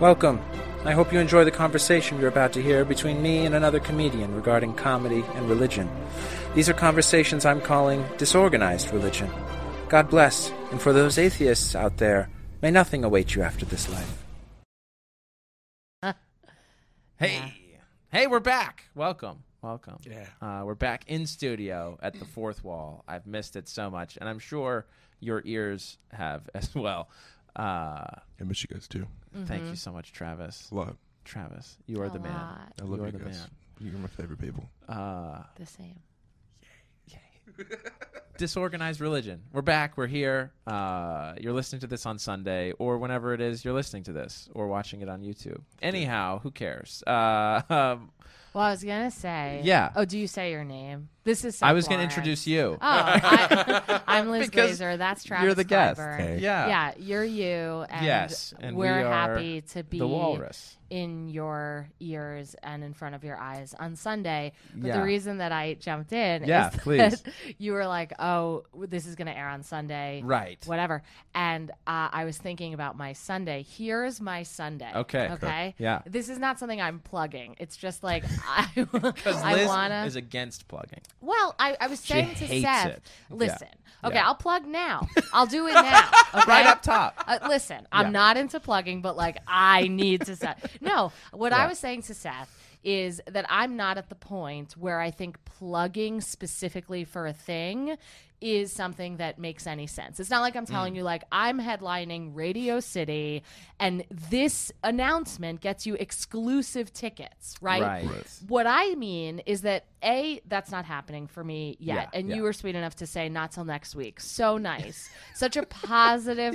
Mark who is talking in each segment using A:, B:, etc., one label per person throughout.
A: Welcome. I hope you enjoy the conversation you're about to hear between me and another comedian regarding comedy and religion. These are conversations I'm calling disorganized religion. God bless, and for those atheists out there, may nothing await you after this life.
B: Hey, hey, we're back. Welcome, welcome.
C: Yeah.
B: uh, we're back in studio at the fourth wall. I've missed it so much, and I'm sure your ears have as well. Uh,
C: I miss you guys too.
B: Thank you so much, Travis.
C: A lot.
B: Travis, you are
D: A
B: the man.
D: lot.
C: I love
B: You
C: you,
B: are the
C: guys. You're my favorite people.
B: Uh,
D: The same.
B: disorganized religion. We're back. We're here. Uh, you're listening to this on Sunday or whenever it is you're listening to this or watching it on YouTube. Anyhow, who cares? Uh, um,
D: Well, I was gonna say.
B: Yeah.
D: Oh, do you say your name? This is. Seth
B: I was going to
D: Lawrence.
B: introduce you.
D: Oh, I, I'm Liz
B: Because
D: Glazer. That's Travis.
B: you're the guest.
D: Clyburn.
C: Hey.
B: Yeah.
D: Yeah, you're you. And
B: Yes, and we are
D: we're happy to be
B: The Walrus.
D: in your ears and in front of your eyes on Sunday. But
B: Yeah.
D: the reason that I jumped in
B: Yeah,
D: is
B: please.
D: that you were like, "Oh, this is going to air on Sunday."
B: Right.
D: Whatever. And uh, I was thinking about my Sunday. Here's my Sunday.
B: Okay.
D: Okay.
B: Yeah.
D: This is not something I'm plugging. It's just like I,
B: Because
D: I
B: Liz
D: wanna.
B: is against plugging.
D: Well, I, I was saying to
B: hates
D: Seth,
B: it. Yeah.
D: listen, okay,
B: Yeah.
D: I'll plug now. I'll do it now. Okay?
B: Right up top.
D: Uh, listen, I'm
B: Yeah.
D: not into plugging, but like I need to Seth. No, what
B: Yeah.
D: I was saying to Seth is that I'm not at the point where I think plugging specifically for a thing is something that makes any sense. It's not like I'm
B: Mm.
D: telling you like I'm headlining Radio City and this announcement gets you exclusive tickets,
B: Right. Right.
D: what I mean is that a that's not happening for me yet,
B: Yeah,
D: and
B: yeah.
D: you were sweet enough to say not till next week. So nice, such a positive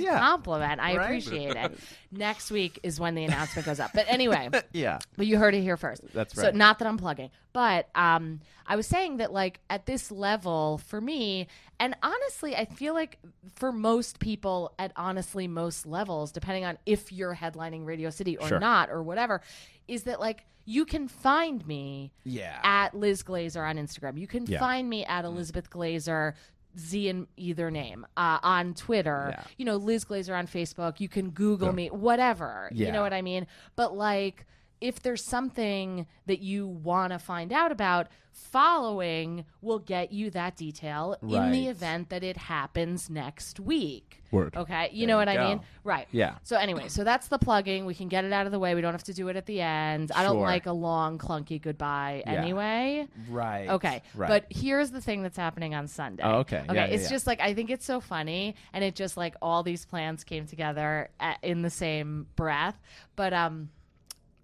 B: Yeah.
D: compliment. I
B: Right?
D: appreciate it. Next week is when the announcement goes up. But anyway,
B: Yeah.
D: but you heard it here first.
B: That's
D: So
B: right.
D: not that I'm plugging, but um, I was saying that like at this level for me, and honestly, I feel like for most people at honestly most levels, depending on if you're headlining Radio City or
B: Sure.
D: not or whatever, is that like you can find me
B: Yeah.
D: at Liz Glazer on Instagram. You can
B: Yeah. Mm.
D: find me at Elizabeth Glazer. Z in either name uh, on Twitter,
B: Yeah.
D: you know Liz Glazer on Facebook. You can Google me, whatever. You
B: Yeah.
D: know what I mean? But like, if there's something that you want to find out about, following will get you that detail in
B: Right.
D: the event that it happens next week.
C: Word.
D: Okay, you
B: There
D: know
B: you
D: what I
B: go.
D: mean? Right.
B: Yeah.
D: So anyway, so that's the plugging. We can get it out of the way. We don't have to do it at the end. I don't
B: Sure.
D: like a long clunky goodbye
B: Yeah.
D: anyway.
B: Right.
D: Okay.
B: Right.
D: But here's the thing that's happening on Sunday.
B: Oh, okay.
D: Okay.
B: Yeah, yeah,
D: it's
B: yeah.
D: just like I think it's so funny, and it just like all these plans came together at, in the same breath. But um,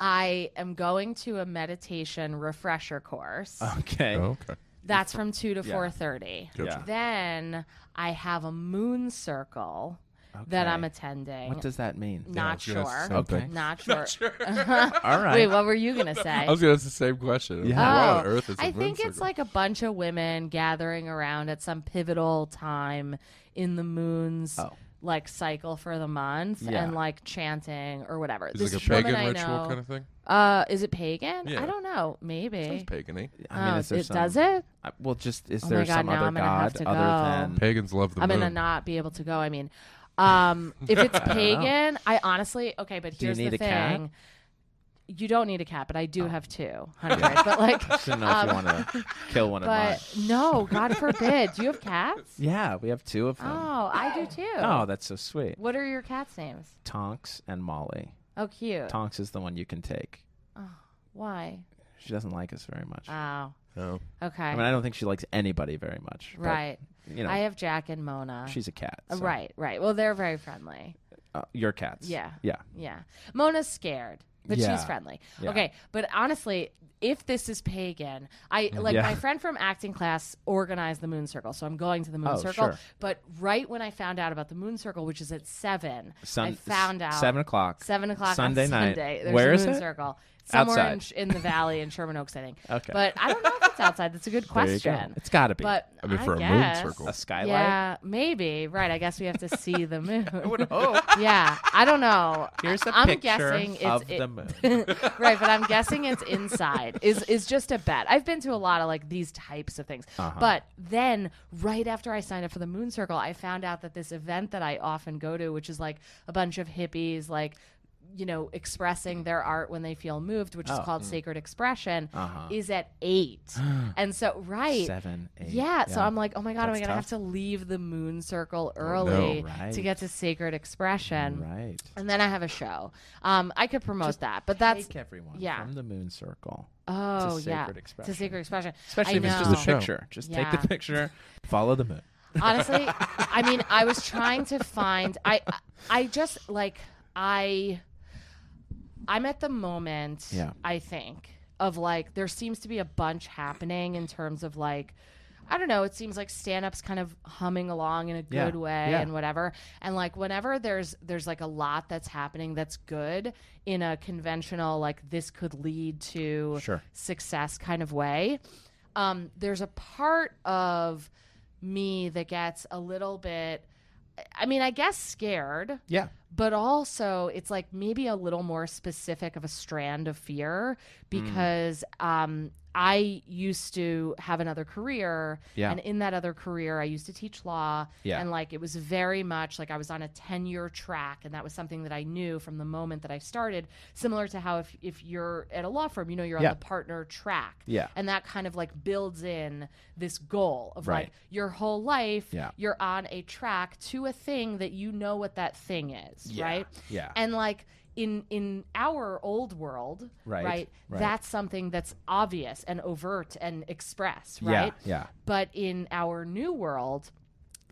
D: I am going to a meditation refresher course.
B: okay.
C: Oh, okay.
D: That's from two to
B: Uh, Yeah.
D: four thirty.
B: Gotcha.
D: Then I have a moon circle that
B: Okay.
D: I'm attending.
B: What does that mean?
D: not,
C: Yeah, I was gonna
D: sure.
C: say
B: Okay. something.
D: not sure.
B: All right.
D: Wait, what were you gonna say?
C: I was gonna ask the same question.
B: Yeah.
C: Why on
D: Oh,
C: earth is
D: I
C: a moon
D: think it's
C: circle?
D: like a bunch of women gathering around at some pivotal time in the moon's
B: Oh.
D: like cycle for the month
B: Yeah.
D: and like chanting or whatever.
C: Is it
D: this
C: like a pagan
D: woman I
C: ritual
D: know,
C: kind of thing?
D: Uh, is it pagan?
C: Yeah.
D: I don't know. Maybe.
C: Sounds pagan-y.
B: I mean,
D: Oh,
B: is there
D: it
B: some-
D: does it?
B: I- well, just is
D: Oh
B: there
D: my God,
B: some
D: now
B: other
D: I'm gonna have
B: god
D: to go.
B: other than?
C: Pagans love the
D: I'm
C: moon.
D: gonna not be able to go. I mean, um, if it's pagan, I honestly okay. But
B: Do you
D: here's
B: need
D: the
B: a cat?
D: thing: you don't need a cat, but I
C: Oh.
D: do have two hundred. But like,
B: I don't know if you want to kill one of mine.
D: Um, but no, God forbid. Do you have cats?
B: Yeah, we have two of them.
D: Oh, I do too.
B: Oh, that's so sweet.
D: What are your cats' names?
B: Tonks and Molly.
D: Oh, cute.
B: Tonks is the one you can take.
D: Why?
B: She doesn't like us very much.
D: Oh,
C: Oh.
D: okay.
B: I mean, I don't think she likes anybody very much. but,
D: right.
B: You know,
D: I have Jack and Mona.
B: she's a cat.
D: Uh,
B: so-
D: Right, right. Well, they're very friendly.
B: Uh, your cats.
D: Yeah.
B: Yeah.
D: Yeah. Mona's scared, but
B: Yeah.
D: she's friendly.
B: Yeah.
D: Okay. But honestly, if this is pagan, I like
B: Mm, Yeah.
D: my friend from acting class organized the moon circle. So I'm going to the moon
B: Oh,
D: circle.
B: sure.
D: But right when I found out about the moon circle, which is at seven,
B: Sun-
D: I found out
B: Seven o'clock.
D: Seven o'clock
B: Sunday
D: on
B: night.
D: Sunday. There's
B: Where
D: a
B: is
D: moon
B: it?
D: circle. Somewhere in,
B: Outside.
D: in the valley in Sherman Oaks, I think.
B: Okay.
D: But I don't know if it's outside. That's a good
B: There you go.
D: question.
B: It's got to be.
D: But
C: I mean, for a moon
D: guess-
C: circle.
B: a skylight.
D: Yeah, maybe. Right. I guess we have to see the moon.
B: Oh,
D: yeah. I don't know.
B: here's a
D: I'm
B: picture
D: guessing it's,
B: of
D: it-
B: the moon.
D: right, but I'm guessing it's inside. Is is just a bet. I've been to a lot of like these types of things.
B: Uh-huh.
D: But then right after I signed up for the Moon Circle, I found out that this event that I often go to, which is like a bunch of hippies like you know, expressing their art when they feel moved, which is
B: Oh.
D: called sacred expression,
B: Uh-huh.
D: is at eight. and so, right.
B: Seven, eight.
D: Yeah, so I'm like, oh my god, am I
B: That's
D: gonna have
B: tough.
D: to leave the moon circle early
B: Right.
D: to get to sacred expression?
B: right.
D: And then I have a show. Um, I could promote that, but that's
B: Take everyone
D: yeah.
B: from the moon circle.
D: oh
B: sacred
D: yeah,
B: expression.
D: to sacred expression.
B: Especially
D: I
B: if it's
D: know.
B: just a
C: The show.
B: picture. Just take
D: Yeah.
B: the picture, follow the moon.
D: honestly i mean i was trying to find i i just like i i'm at the moment
B: Yeah.
D: i think of like there seems to be a bunch happening in terms of like I don't know. It seems like stand-ups kind of humming along in a
B: Yeah.
D: good way
B: Yeah.
D: and whatever. And like whenever there's there's like a lot that's happening that's good in a conventional like this could lead to
B: Sure.
D: success kind of way. Um, there's a part of me that gets a little bit, I mean, I guess scared,
B: Yeah.
D: but also it's like maybe a little more specific of a strand of fear
B: Mm.
D: because um, I used to have another career.
B: Yeah.
D: And in that other career, I used to teach law.
B: Yeah.
D: And like it was very much like I was on a 10 year track. And that was something that I knew from the moment that I started, similar to how if, if you're at a law firm, you know, you're
B: Yeah.
D: on the partner track.
B: Yeah.
D: And that kind of like builds in this goal of
B: Right.
D: like your whole life,
B: Yeah.
D: you're on a track to a thing that you know what that thing is,
B: Yeah.
D: right?
B: Yeah.
D: And like in in our old world,
B: Right. Right.
D: That's something that's obvious and overt and expressed,
B: Yeah.
D: right?
B: Yeah.
D: But in our new world,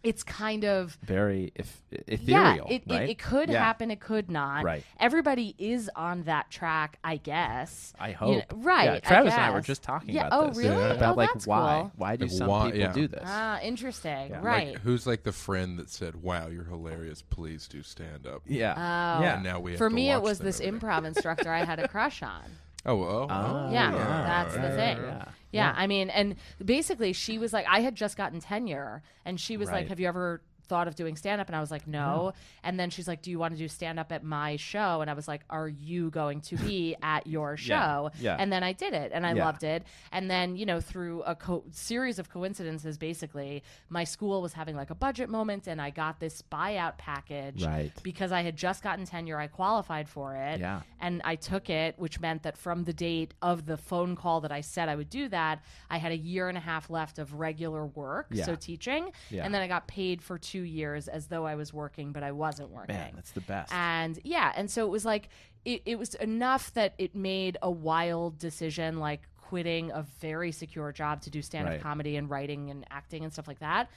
D: it's kind of
B: Very if, ethereal.
D: yeah, it,
B: right?
D: it, it could
B: Yeah.
D: happen, it could not.
B: Right.
D: Everybody is on that track, I guess.
B: I
D: You
B: hope.
D: know- right.
B: Yeah,
D: I
B: Travis and I were
D: guess.
B: just talking
D: Yeah,
B: about
D: oh,
B: this.
D: Really?
C: Yeah.
B: About
D: Oh,
B: like
D: that's
B: why?
D: cool.
B: Why do
C: Like,
B: some
C: why-
B: people
C: yeah.
B: do this?
D: Ah, interesting.
B: Yeah.
D: Right.
C: Like, who's like the friend that said, "Wow, you're hilarious. Please do stand up."
B: yeah.
D: Oh.
B: yeah.
C: And now we have
D: For
C: to
D: me, it
C: watch
D: was
C: them
D: this
C: every day.
D: improv instructor I had a crush on.
C: Oh, well,
B: Ah.
C: oh,
D: Yeah,
B: yeah.
D: that's the
B: Right,
D: thing.
B: right,
D: Yeah.
B: right.
D: I mean, and basically, she was like, I had just gotten tenure, and she was
B: Right. Mm-hmm.
D: like, Have you ever thought of doing stand up? And I was like, No. And then she's like, Do you want to do stand up at my show? And I was like, Are you going to be at your show?
B: yeah.
D: And then I did it, and I
B: Yeah.
D: loved it. And then, you know, through a co- series of coincidences, basically, my school was having like a budget moment, and I got this buyout package
B: Right.
D: because I had just gotten tenure. I qualified for it
B: Yeah.
D: and I took it, which meant that from the date of the phone call that I said I would do that, I had a year and a half left of regular work,
B: Yeah.
D: so teaching,
B: Yeah.
D: and then I got paid for two years as though I was working, but I wasn't working.
B: Man, that's the best.
D: And yeah, and so it was like it, it was enough that it made a wild decision, like quitting a very secure job to do stand-up
B: Right.
D: comedy and writing and acting and stuff like that,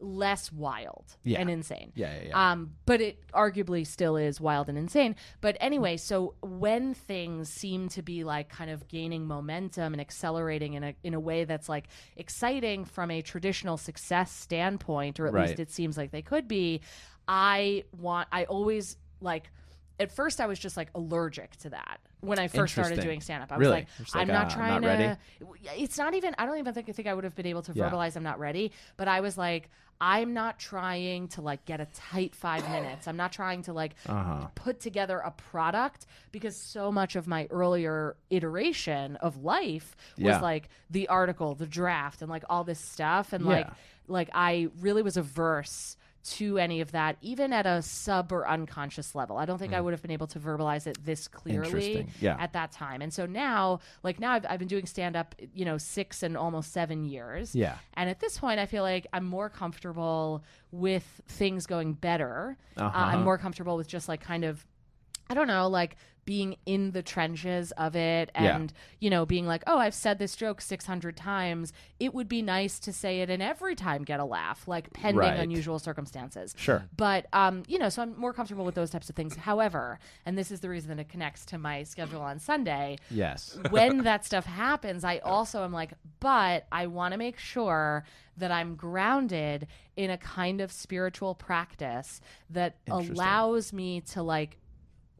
D: less wild
B: Yeah.
D: and insane.
B: yeah, yeah, yeah.
D: Um, but it arguably still is wild and insane. But anyway, so when things seem to be like kind of gaining momentum and accelerating in a in a way that's like exciting from a traditional success standpoint, or at
B: Right.
D: least it seems like they could be, I want I always like at first I was just like allergic to that when I first started
B: Interesting.
D: doing stand up. I
B: Really?
D: was like,
B: Just like,
D: I'm not
B: uh,
D: trying
B: I'm not
D: to it's not even I don't even think I think I would have been able to
B: Yeah.
D: verbalize I'm not ready, but I was like I'm not trying to like get a tight 5 minutes. I'm not trying to like
B: Uh-huh.
D: put together a product because so much of my earlier iteration of life was
B: Yeah.
D: like the article, the draft and like all this stuff and like
B: Yeah.
D: like I really was averse to any of that, even at a sub or unconscious level. I don't think I would have been able to verbalize it this clearly
B: Mm. Interesting. Yeah.
D: at that time. And so now, like now I've, I've been doing stand up, you know, six and almost seven years.
B: Yeah.
D: And at this point, I feel like I'm more comfortable with things going better. Uh,
B: Uh-huh.
D: I'm more comfortable with just like kind of I don't know, like being in the trenches of it
B: Yeah.
D: and, you know, being like, oh, I've said this joke 600 times. It would be nice to say it and every time get a laugh, like pending
B: Right.
D: unusual circumstances.
B: Sure.
D: But, um, you know, so I'm more comfortable with those types of things. However, and this is the reason that it connects to my schedule on Sunday,
B: Yes.
D: when that stuff happens, I also am like, but I want to make sure that I'm grounded in a kind of spiritual practice that
B: Interesting.
D: allows me to like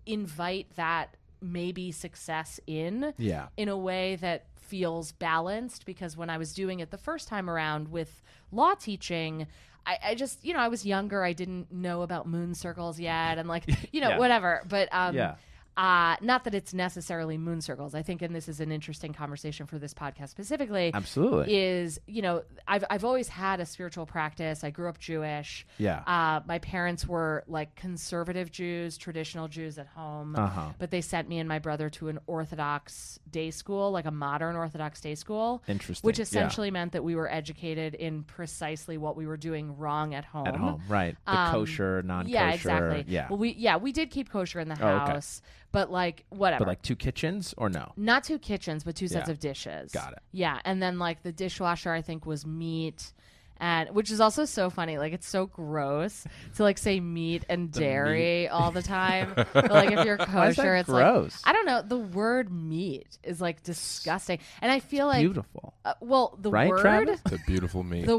D: invite that maybe success in
B: Yeah.
D: in a way that feels balanced because when I was doing it the first time around with law teaching, I, I just, you know, I was younger. I didn't know about moon circles yet and like, you know,
B: Yeah.
D: whatever. But um,
B: Yeah.
D: Uh, not that it's necessarily moon circles. I think, and this is an interesting conversation for this podcast specifically.
B: Absolutely.
D: Is you know I've I've always had a spiritual practice. I grew up Jewish.
B: Yeah.
D: Uh, my parents were like conservative Jews, traditional Jews at home,
B: Uh-huh.
D: but they sent me and my brother to an Orthodox day school, like a modern Orthodox day school.
B: Interesting.
D: Which
B: Yeah.
D: essentially meant that we were educated in precisely what we were doing wrong at home.
B: At home, right? The
D: Um,
B: kosher, non-kosher.
D: Yeah, exactly.
B: Yeah.
D: Well, we yeah we did keep kosher in the
B: Oh, okay.
D: house, but like whatever.
B: but like two kitchens or no?
D: Not two kitchens, but two sets
B: Yeah.
D: of dishes.
B: Got it.
D: Yeah, and then like the dishwasher, I think was meat, and which is also so funny. Like it's so gross to like say meat and dairy all the time. but, like if you're kosher,
B: Why is that
D: it's
B: gross?
D: like I don't know. The word meat is like disgusting, and I feel like
B: Beautiful.
D: uh, well the
B: Right,
D: word
B: Travis?
C: It's a beautiful meat.
D: the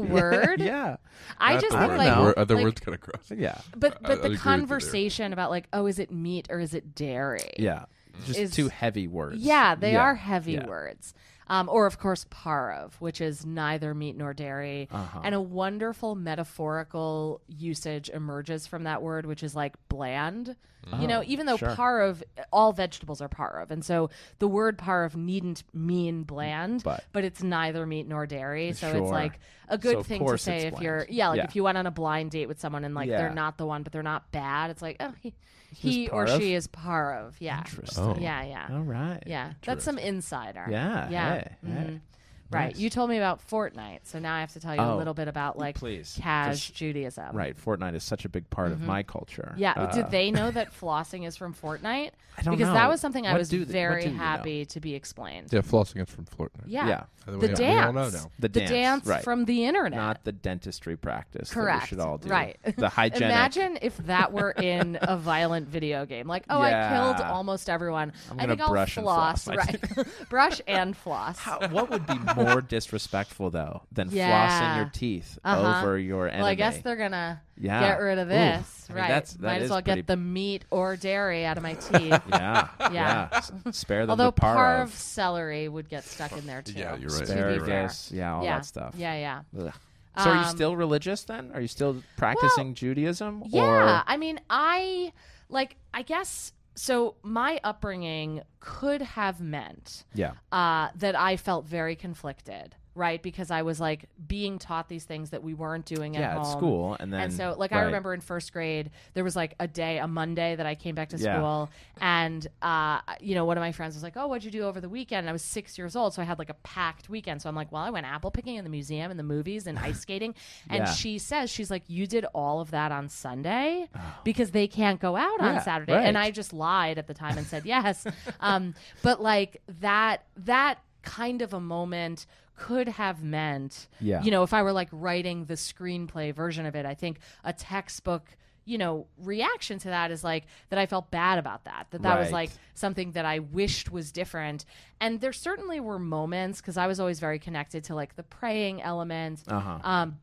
D: word
B: yeah.
D: I
C: Not
D: just
C: the
D: think
C: word.
D: like
C: The word- other
D: like,
C: words kind of gross.
B: Yeah.
D: But
C: I-
D: but
C: I'd agree with
D: the
C: you there.
D: conversation about like oh is it meat or is it dairy?
B: Yeah. Just
D: Is-
B: two heavy words.
D: Yeah, they are heavy
B: Yeah.
D: words. Um, or, of course, parov, which is neither meat nor dairy.
B: Uh-huh.
D: And a wonderful metaphorical usage emerges from that word, which is like bland. you know, even though
B: Oh, sure.
D: parov, all vegetables are parov. And so the word parov needn't mean bland,
B: But-
D: it's neither meat nor dairy. So
B: Sure.
D: it's like a good
B: So of
D: thing to
B: course
D: say
B: it's
D: if
B: bland.
D: you're, yeah, like
B: Yeah.
D: if you went on a blind date with someone and like
B: Yeah.
D: they're not the one, but they're not bad, it's like, oh, he, he or
B: parov?
D: she is parov. Yeah.
B: Interesting. Oh.
D: Yeah, yeah.
B: All right.
D: Yeah, that's some insider.
B: Yeah,
D: yeah,
B: hey, hey.
D: mhm. Right.
B: Nice.
D: You told me about Fortnite, so now I have to tell you a
B: Oh.
D: little bit about like
B: Please.
D: Cash Judaism.
B: Right. Fortnite is such a big part of my culture.
D: Mm-hmm. Yeah. do
B: Uh,
D: they know that flossing is from Fortnite?
B: I don't
D: because
B: know.
D: that was something I
B: What
D: was
B: do they- what
D: very
B: do you know?
D: happy to be explained.
C: Yeah, flossing is from Florida.
D: Yeah.
B: Yeah.
C: By
D: The
C: way, we all
D: dance.
C: know now.
B: The dance, right.
D: from the internet.
B: Not the dentistry practice. That we
D: Correct.
B: should all do.
D: Right.
B: The hygienic.
D: Imagine if that were in a violent video game. Like, oh, I killed
B: Yeah.
D: almost everyone.
B: I'm
D: I
B: gonna
D: think I'll
B: brush and floss my
D: Right. brush and floss.
B: How- what would be more disrespectful though than flossing
D: Yeah.
B: your teeth
D: Uh-huh.
B: over your enemy?
D: Well, I guess they're gonna
B: Yeah.
D: get rid of
B: Ooh.
D: this,
B: I mean,
D: right?
B: that's- that
D: Might
B: is
D: as well
B: pretty-
D: get the meat or dairy out of my teeth.
B: yeah, yeah. S- Spare them
D: Although
B: the parv,
D: par of celery would get stuck in there too.
C: Yeah, you're right.
D: To be fair.
B: asparagus, yeah, all
D: yeah.
B: that stuff.
D: Yeah, yeah.
B: Ugh. So are you
D: Um,
B: still religious then? Are you still practicing Judaism?
D: Yeah,
B: Or
D: I mean, I like I guess so my upbringing could have meant
B: yeah,
D: uh, that I felt very conflicted, right? Because I was like being taught these things that we weren't doing at
B: yeah,
D: home.
B: at school, and then
D: and so like I
B: right.
D: remember in first grade there was like a day a Monday that I came back to
B: Yeah.
D: school and uh, you know one of my friends was like oh what'd you do over the weekend and I was six years old so I had like a packed weekend so I'm like well I went apple picking in the museum and the movies and ice skating and
B: Yeah.
D: she says she's like you did all of that on Sunday because they can't go out on
B: Yeah,
D: Saturday
B: right.
D: and I just lied at the time and said yes um, but like that that kind of a moment could have meant
B: Yeah.
D: you know, if I were like writing the screenplay version of it, I think a textbook, you know, reaction to that is like that I felt bad about that, that that was
B: Right.
D: like something that I wished was different. And there certainly were moments because I was always very connected to like the praying element.
B: Uh-huh.
D: Um,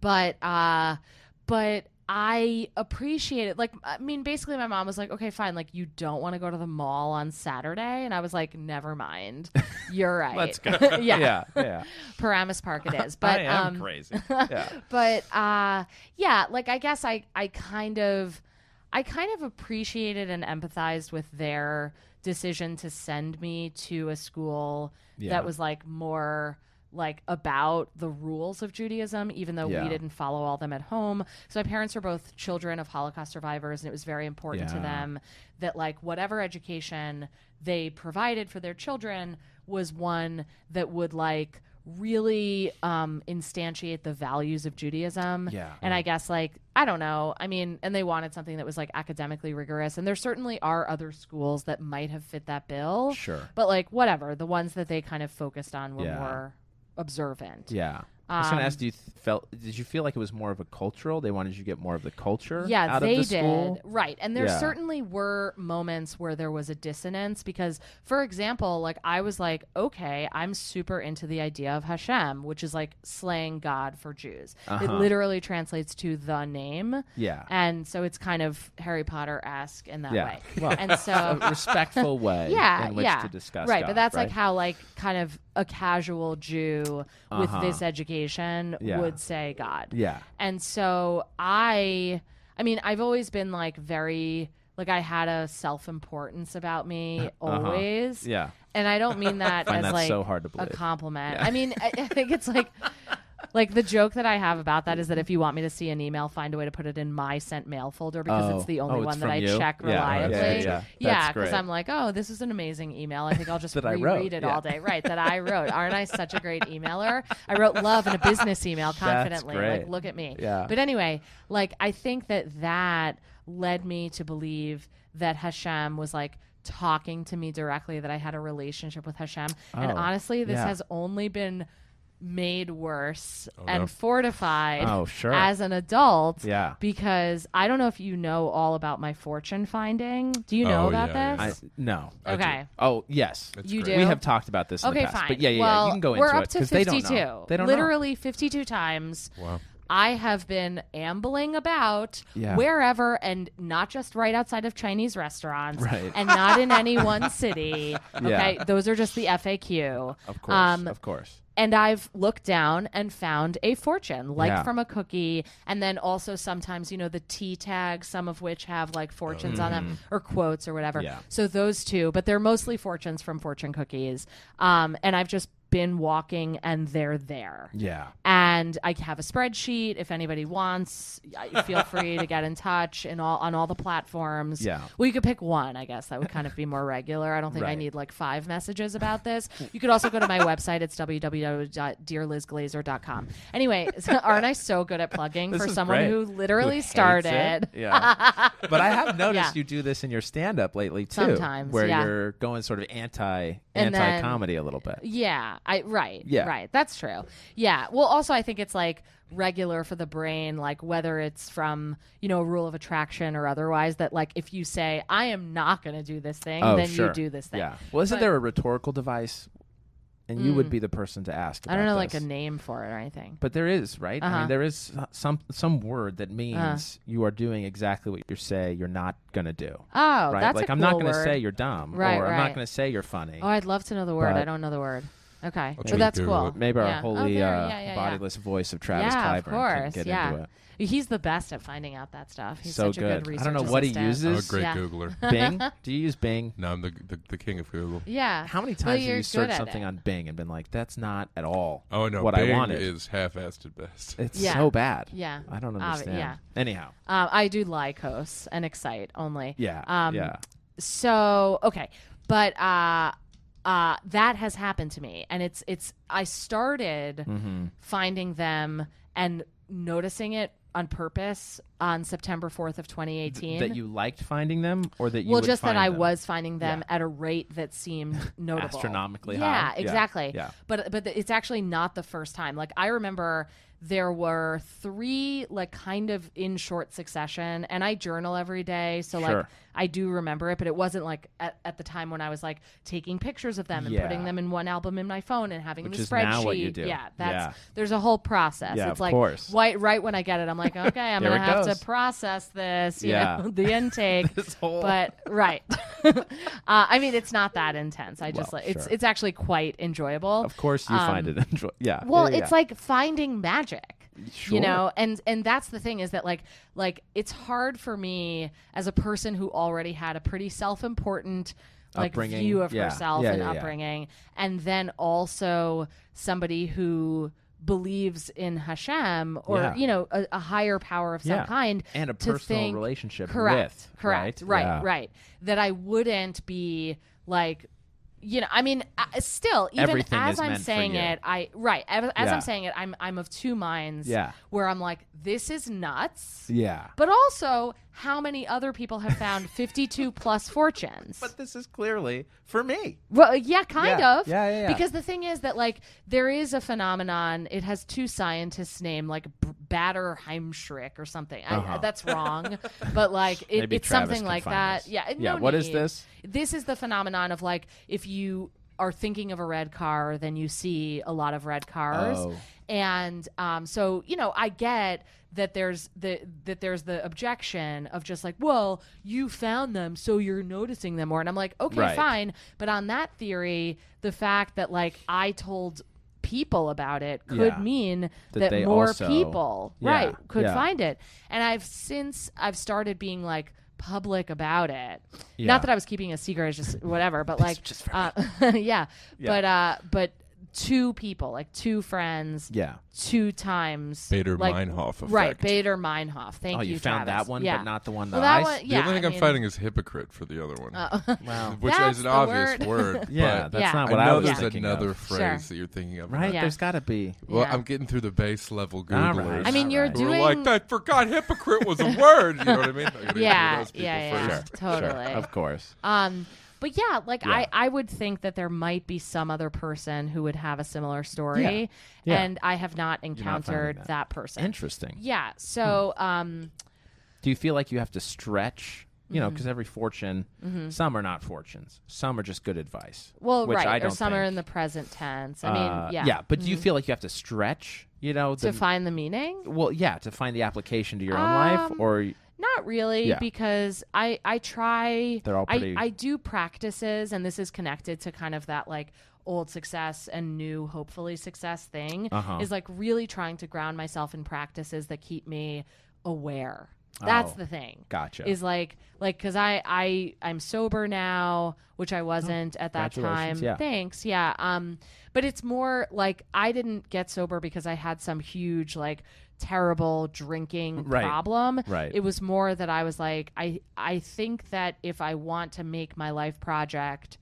D: but uh, but I appreciate it. Like, I mean, basically, my mom was like, "Okay, fine. Like, you don't want to go to the mall on Saturday," and I was like, "Never mind. You're right.
B: Let's go.
D: yeah.
B: yeah, yeah.
D: Paramus Park it is. But
B: I am
D: um,
B: crazy. Yeah.
D: but uh, yeah, like I guess I I kind of I kind of appreciated and empathized with their decision to send me to a school
B: Yeah.
D: that was like more like about the rules of Judaism, even though
B: Yeah.
D: we didn't follow all them at home. So my parents are both children of Holocaust survivors, and it was very important to
B: Yeah.
D: them that like whatever education they provided for their children was one that would like really um instantiate the values of Judaism.
B: Yeah.
D: And I guess like I don't know. I mean, and they wanted something that was like academically rigorous. And there certainly are other schools that might have fit that bill.
B: Sure.
D: But like whatever, the ones that they kind of focused on were
B: Yeah.
D: more observant.
B: Yeah. I was gonna
D: Um,
B: ask, do you th- felt did you feel like it was more of a cultural? They wanted you to get more of the culture
D: Yeah,
B: out
D: they
B: of the school.
D: did. Right. And there
B: Yeah.
D: certainly were moments where there was a dissonance because, for example, like I was like, okay, I'm super into the idea of Hashem, which is like slaying God for Jews. It
B: Uh-huh.
D: literally translates to the name.
B: Yeah.
D: And so it's kind of Harry Potter esque in that
B: Yeah.
D: way.
B: Well, uh,
D: and so
B: a respectful way
D: uh, yeah,
B: in which
D: yeah.
B: to discuss
D: right,
B: God,
D: but that's
B: right?
D: like how like kind of a casual Jew with
B: Uh-huh.
D: this education
B: Yeah.
D: would say God.
B: yeah
D: And so I I mean, I've always been like very like I had a self importance about me
B: Uh-huh.
D: always.
B: Yeah.
D: And I don't mean that
B: Find
D: as
B: that
D: like
B: so hard to
D: a
B: believe.
D: compliment.
B: Yeah.
D: I mean, I, I think it's like like the joke that I have about that is that if you want me to see an email, find a way to put it in my sent mail folder because
B: Oh.
D: it's the only
B: Oh,
D: one
B: it's
D: that
B: from
D: I
B: you?
D: check
B: Yeah. Yeah,
D: reliably.
B: yeah, yeah. That's
D: because
B: great.
D: I'm like, oh, this is an amazing email. I think I'll just
B: That I
D: reread
B: wrote,
D: it
B: yeah.
D: all day. Right, that I wrote. Aren't I such a great emailer? I wrote love in a business email confidently.
B: great.
D: Like, look at me.
B: Yeah.
D: But anyway, like I think that that led me to believe that Hashem was like talking to me directly that I had a relationship with Hashem. and
B: Oh,
D: honestly, this
B: yeah.
D: has only been made worse and
C: Oh, no.
D: fortified
B: Oh, sure.
D: as an adult
B: Yeah.
D: because I don't know if you know all about my fortune finding. Do you know
C: Oh,
D: about
C: yeah,
D: this?
B: I, no.
C: I do.
D: okay.
B: Oh yes.
C: That's
D: You
C: great.
D: do.
B: We have talked about this. In
D: okay,
B: the past,
D: fine.
B: But yeah, yeah,
D: well,
B: yeah. You can go
D: we're
B: into
D: up
B: it
D: to
B: 'cause they don't
D: 52.
B: know. They don't know.
D: Literally 52 times.
C: Wow.
D: I have been ambling about
B: Yeah.
D: wherever and not just right outside of Chinese restaurants
B: Right.
D: and not in any one city.
B: Yeah.
D: Okay. Those are just the FAQ.
B: Of course.
D: um,
B: of course.
D: and I've looked down and found a fortune, like
B: Yeah.
D: from a cookie, and then also sometimes you know the tea tags, some of which have like fortunes on them or quotes or whatever.
B: Mm. Yeah.
D: So those two, but they're mostly fortunes from fortune cookies. Um, and I've just been walking, and they're there.
B: Yeah.
D: And I have a spreadsheet. If anybody wants, I- feel free to get in touch in all on all the platforms.
B: Yeah.
D: Well, you could pick one, I guess. That would kind of be more regular. I don't think I
B: Right.
D: need like five messages about this. You could also go to my website. It's www.dearlizglazer.com. Anyway, so aren't I so good at plugging
B: This
D: for
B: is
D: someone
B: great.
D: who literally
B: Who hates
D: started?
B: it. Yeah. but I have noticed
D: Yeah.
B: you do this in your stand up lately too.
D: Sometimes,
B: Where
D: yeah.
B: you're going sort of anti
D: And then-
B: anti comedy a little bit.
D: Yeah, I right.
B: Yeah.
D: Right. That's true. Yeah. Well, also I think it's like regular for the brain like whether it's from, you know, rule of attraction or otherwise that like if you say I am not going to do this thing,
B: Oh,
D: then
B: sure.
D: you do this thing.
B: Yeah. Well, isn't
D: But- Mm.
B: there a rhetorical device? And you would be the person to ask.
D: I don't
B: about
D: know like a
B: this.
D: name for it or anything.
B: But there is, right? I
D: Uh-huh.
B: mean, there is s- some some word that means you are doing exactly what you say you're not gonna do.
D: Oh,
B: right?
D: that's
B: like
D: a
B: I'm not
D: cool
B: gonna
D: word.
B: say you're dumb,
D: Right,
B: or I'm
D: right.
B: not gonna say you're funny.
D: Oh, I'd love to know the word.
B: But-
D: I don't know the word. Okay.
C: try
D: But
C: to
D: that's
C: Google
D: cool.
C: it.
B: Maybe our
D: Yeah. Oh,
B: holy
D: there,
B: uh,
D: yeah, yeah, yeah.
B: bodiless voice of Travis
D: yeah,
B: Cliver
D: of course.
B: can get
D: yeah.
B: into it.
D: He's the best at finding out that stuff. He's
B: so
D: such a good
B: good.
D: research
B: I don't know what he
D: assistant.
B: uses.
C: I'm a
B: This-
C: great
D: Yeah.
C: Googler.
B: Bing? Do you use Bing?
C: No, I'm the, the the king of Google.
D: Yeah.
B: How many
D: But
B: times have
D: you're
B: you
D: good
B: searched
D: at
B: something
D: it.
B: on Bing and been like, "That's not at all
C: Oh no,
B: what
C: Bing
B: I wanted"?
C: is half-assed at best.
B: it's
D: Yeah.
B: so bad.
D: Yeah.
B: I don't
D: Obvi-
B: understand.
D: yeah.
B: Anyhow,
D: Um, I do Lycos and Excite only.
B: yeah,
D: Um,
B: yeah,
D: So okay, but uh, uh, that has happened to me, and it's it's I started finding them and noticing it on purpose on September fourth of twenty eighteen.
B: that you liked finding them, or that you
D: well,
B: would
D: just that
B: find
D: I
B: them?
D: was finding them at a rate that seemed notable,
B: Astronomically
D: yeah,
B: high. Yeah,
D: exactly.
B: yeah.
D: But but it's actually not the first time. Like I remember there were three like kind of in short succession, and I journal every day, so like
B: Sure.
D: I do remember it. But it wasn't like at, at the time when I was like taking pictures of them and
B: Yeah.
D: putting them in one album in my phone and having
B: Which
D: the
B: is
D: spreadsheet.
B: now what you do.
D: Yeah, that's
B: Yeah.
D: there's a whole process.
B: Yeah,
D: it's
B: of
D: like
B: course.
D: Why, right when I get it, I'm like, okay, I'm
B: There
D: gonna
B: it
D: have
B: goes.
D: to process this. You
B: Yeah.
D: know, the intake.
B: This whole-
D: But right, uh, I mean, it's not that intense. I just
B: Well,
D: like it's
B: sure.
D: it's actually quite enjoyable.
B: Of course, you find it enjoyable. Yeah.
D: um, Well,
B: yeah, yeah,
D: it's like finding magic.
B: Sure.
D: You know, and and that's the thing is that like like it's hard for me as a person who already had a pretty self-important like
B: Upbringing.
D: view of
B: Yeah.
D: herself
B: Yeah,
D: and
B: yeah, yeah.
D: upbringing and then also somebody who believes in Hashem or
B: Yeah.
D: you know a, a higher power of some
B: Yeah.
D: kind
B: And a
D: to
B: personal
D: think-
B: relationship
D: correct
B: with,
D: correct
B: right?
D: right
B: Yeah.
D: right that I wouldn't be like you know I mean I, still even
B: Everything
D: as
B: is
D: I'm
B: meant for
D: saying
B: you.
D: it I right as, as
B: Yeah.
D: I'm saying it, I'm I'm of two minds.
B: Yeah.
D: where I'm like, this is nuts,
B: yeah.
D: but also how many other people have found 52 plus fortunes?
B: But this is clearly for me.
D: Well, yeah, kind
B: Yeah,
D: of.
B: yeah, yeah, yeah.
D: Because the thing is that like there is a phenomenon. It has two scientists named like B- Baderheimschrick or something. I-
B: Uh-huh.
D: that's wrong, but like it,
B: Maybe
D: it's
B: Travis
D: something
B: can
D: like
B: find
D: that.
B: this.
D: Yeah. it-
B: Yeah,
D: No
B: what is
D: need.
B: this?
D: This is the phenomenon of like if you are thinking of a red car, then you see a lot of red cars.
B: Oh.
D: And um, so you know, I get that there's the that there's the objection of just like, well, you found them, so you're noticing them more. And I'm like, okay,
B: Right.
D: fine. But on that theory, the fact that like I told people about it could
B: Yeah.
D: mean
B: That
D: that,
B: they
D: more
B: also-
D: people
B: Yeah,
D: right could
B: yeah.
D: find it. And I've since I've started being like. public about it.
B: Yeah.
D: Not that I was keeping a secret, it's just whatever. But like,
B: just for
D: uh, yeah. But uh, but two people, like two friends,
B: Yeah.
D: two times.
C: Bader
D: like,
C: Meinhof effect.
D: Right, Bader Meinhof. Thank
B: oh,
D: you.
B: you, found
D: Travis.
B: that one,
D: yeah.
B: but not the one that
D: Well, that
B: I.
D: one,
B: s-
C: the
D: yeah.
C: other thing
D: I
C: am
D: mean, Oh.
C: fighting is hypocrite for the other one,
B: Wow.
C: which
D: That's
C: is an
D: the
C: obvious
D: word.
C: word.
B: Yeah,
C: but
B: that's
D: Yeah.
B: not
C: I
B: what I,
C: know
B: was
C: there's
B: thinking of.
C: another phrase
D: Sure.
C: that you're thinking of.
B: Right?
D: Yeah.
B: There's got to be.
C: Well,
D: Yeah.
C: I'm getting through the base level
B: All
C: Googlers.
B: right.
D: I mean, you're
B: Alright.
C: who
D: doing.
C: are like, I forgot hypocrite was a word. You know what I mean? I gotta get rid of
D: yeah,
C: those people
D: yeah, yeah,
C: first.
D: totally.
B: Of course.
D: Um, but yeah, like I, I would think that there might be some other person who would have a similar story,
B: Yeah.
D: and I have not
B: not finding
D: encountered
B: that.
D: that. person.
B: Interesting. Hmm.
D: Yeah. So, um,
B: Do you feel like you have to stretch? You
D: Mm-hmm.
B: know, because every fortune, some are not fortunes. Some are just good advice.
D: well,
B: which
D: right,
B: I
D: or
B: don't
D: some are
B: think.
D: in the present tense. I mean,
B: Uh,
D: yeah, Mm-hmm.
B: Yeah, but do you feel like you have to stretch? You know,
D: to
B: the,
D: find the meaning.
B: well, yeah, to find the application to your own life,
D: Um,
B: or
D: Not really,
B: Yeah.
D: because I I try.
B: They're all pretty-
D: I I do practices, and this is connected to kind of that like old success and new hopefully success thing
B: Uh-huh.
D: is like really trying to ground myself in practices that keep me aware. That's
B: Oh,
D: the thing.
B: gotcha.
D: Is like like because I I I'm sober now, which I wasn't at that
B: Oh,
D: time.
B: congratulations, yeah.
D: Thanks. Yeah. Um. But it's more like I didn't get sober because I had some huge like terrible drinking
B: Right.
D: problem
B: Right.
D: it was more that i was like i i think that if i want to make my life project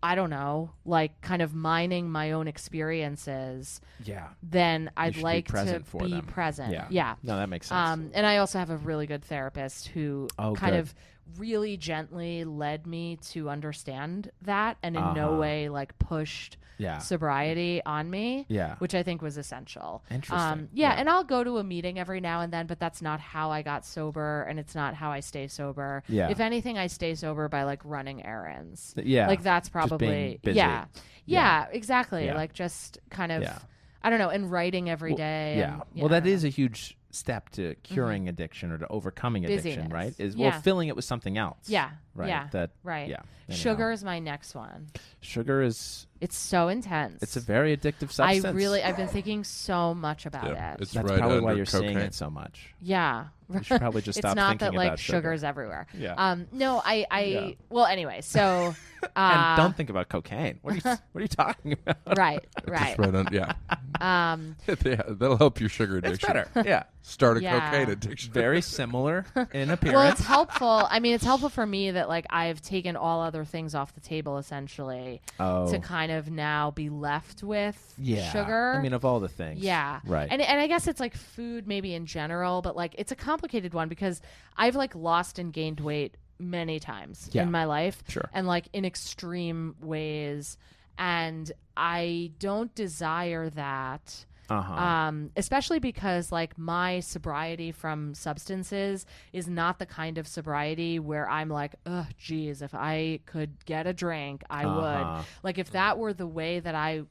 D: i don't know like kind of mining my own experiences
B: yeah,
D: then i'd
B: should be
D: like to
B: present for
D: be
B: them.
D: present
B: yeah,
D: yeah
B: No, that makes sense.
D: um, and I also have a really good therapist who
B: Oh,
D: kind
B: good.
D: of really gently led me to understand that and in no
B: Uh-huh.
D: way like pushed
B: Yeah.
D: sobriety on me.
B: Yeah.
D: Which I think was essential. Um,
B: Interesting.
D: yeah,
B: Yeah.
D: and I'll go to a meeting every now and then, but that's not how I got sober and it's not how I stay sober.
B: Yeah.
D: If anything, I stay sober by like running errands.
B: Th- yeah.
D: Like that's
B: being
D: probably
B: busy.
D: Yeah. Yeah, exactly.
B: Yeah.
D: Like just kind of
B: Yeah.
D: I don't know, and writing every
B: Well,
D: day.
B: yeah.
D: and-
B: Well,
D: I
B: that
D: don't know.
B: is a huge step to curing addiction or to overcoming addiction,
D: Busyness.
B: right? Is
D: Yeah.
B: well filling it with something else.
D: Yeah.
B: Right.
D: Yeah.
B: That.
D: right.
B: Yeah. Anyhow.
D: Sugar is my next one.
B: Sugar is.
D: It's so intense.
B: It's a very addictive
D: I
B: substance.
D: really I've been thinking so much about
C: Yeah,
D: it.
C: it's
B: That's
C: right
B: probably
C: under
B: why you're
C: cocaine.
B: seeing it so much.
D: yeah.
B: should probably just
D: it's
B: stop
D: not
B: thinking
D: that like
B: about sugar.
D: sugar's everywhere.
B: Yeah.
D: Um no, I I
B: Yeah.
D: well anyway, so uh
B: and don't think about cocaine. What are you? what are you talking about?
D: right,
C: Just
D: right.
C: right under, yeah.
D: Um
C: yeah, that'll help your sugar addiction.
B: It's better. Yeah.
C: Start a
D: Yeah.
C: cocaine addiction.
B: Very similar in appearance.
D: well, it's helpful. I mean, it's helpful for me that like I've taken all other things off the table essentially
B: Oh.
D: to kind of now be left with
B: yeah.
D: sugar.
B: I mean, of all the things.
D: Yeah.
B: Right.
D: And and I guess it's like food maybe in general, but like it's a complicated one because I've like lost and gained weight many times
B: Yeah.
D: in my life.
B: Sure.
D: And like in extreme ways. And I don't desire that.
B: uh huh.
D: Um, especially because like my sobriety from substances is not the kind of sobriety where I'm like, oh, geez, if I could get a drink, I
B: Uh-huh.
D: would. Like if that were the way that I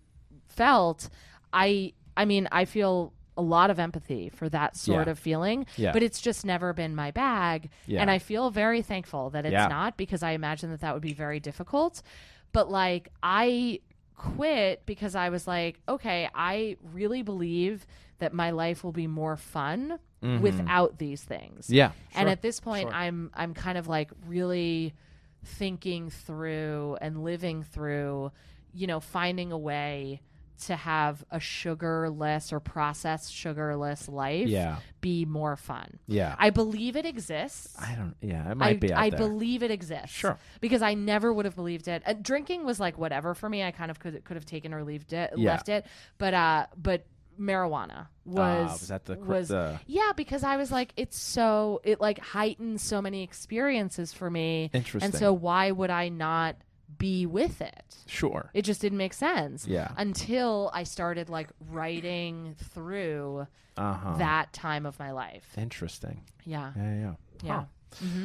D: felt, I, I mean, I feel a lot of empathy for that sort
B: Yeah.
D: of feeling,
B: Yeah.
D: but it's just never been my bag,
B: Yeah.
D: and I feel very thankful that it's
B: Yeah.
D: not because I imagine that that would be very difficult. But like I quit because I was like, okay, I really believe that my life will be more fun without these things.
B: Mm-hmm. yeah.
D: And
B: sure.
D: at this point I'm I'm kind of like really thinking through and living through, you know, finding a way to have a sugarless or processed sugarless life
B: Yeah.
D: be more fun.
B: Yeah.
D: I believe it exists.
B: I don't. Yeah. It might
D: I,
B: be out
D: I
B: there.
D: believe it exists.
B: Sure.
D: Because I never would have believed it. Uh, drinking was like whatever for me. I kind of could could have taken or leaved it,
B: Yeah. Ah,
D: left it. But uh, but marijuana was
B: was that the cr-
D: was
B: the-
D: yeah because I was like it's so it like heightens so many experiences for me.
B: Interesting.
D: And so why would I not be with it?
B: sure.
D: It just didn't make sense.
B: Yeah.
D: Until I started like writing through
B: Uh huh.
D: that time of my life.
B: Interesting.
D: Yeah.
B: Yeah. Yeah.
D: Yeah.
B: Huh.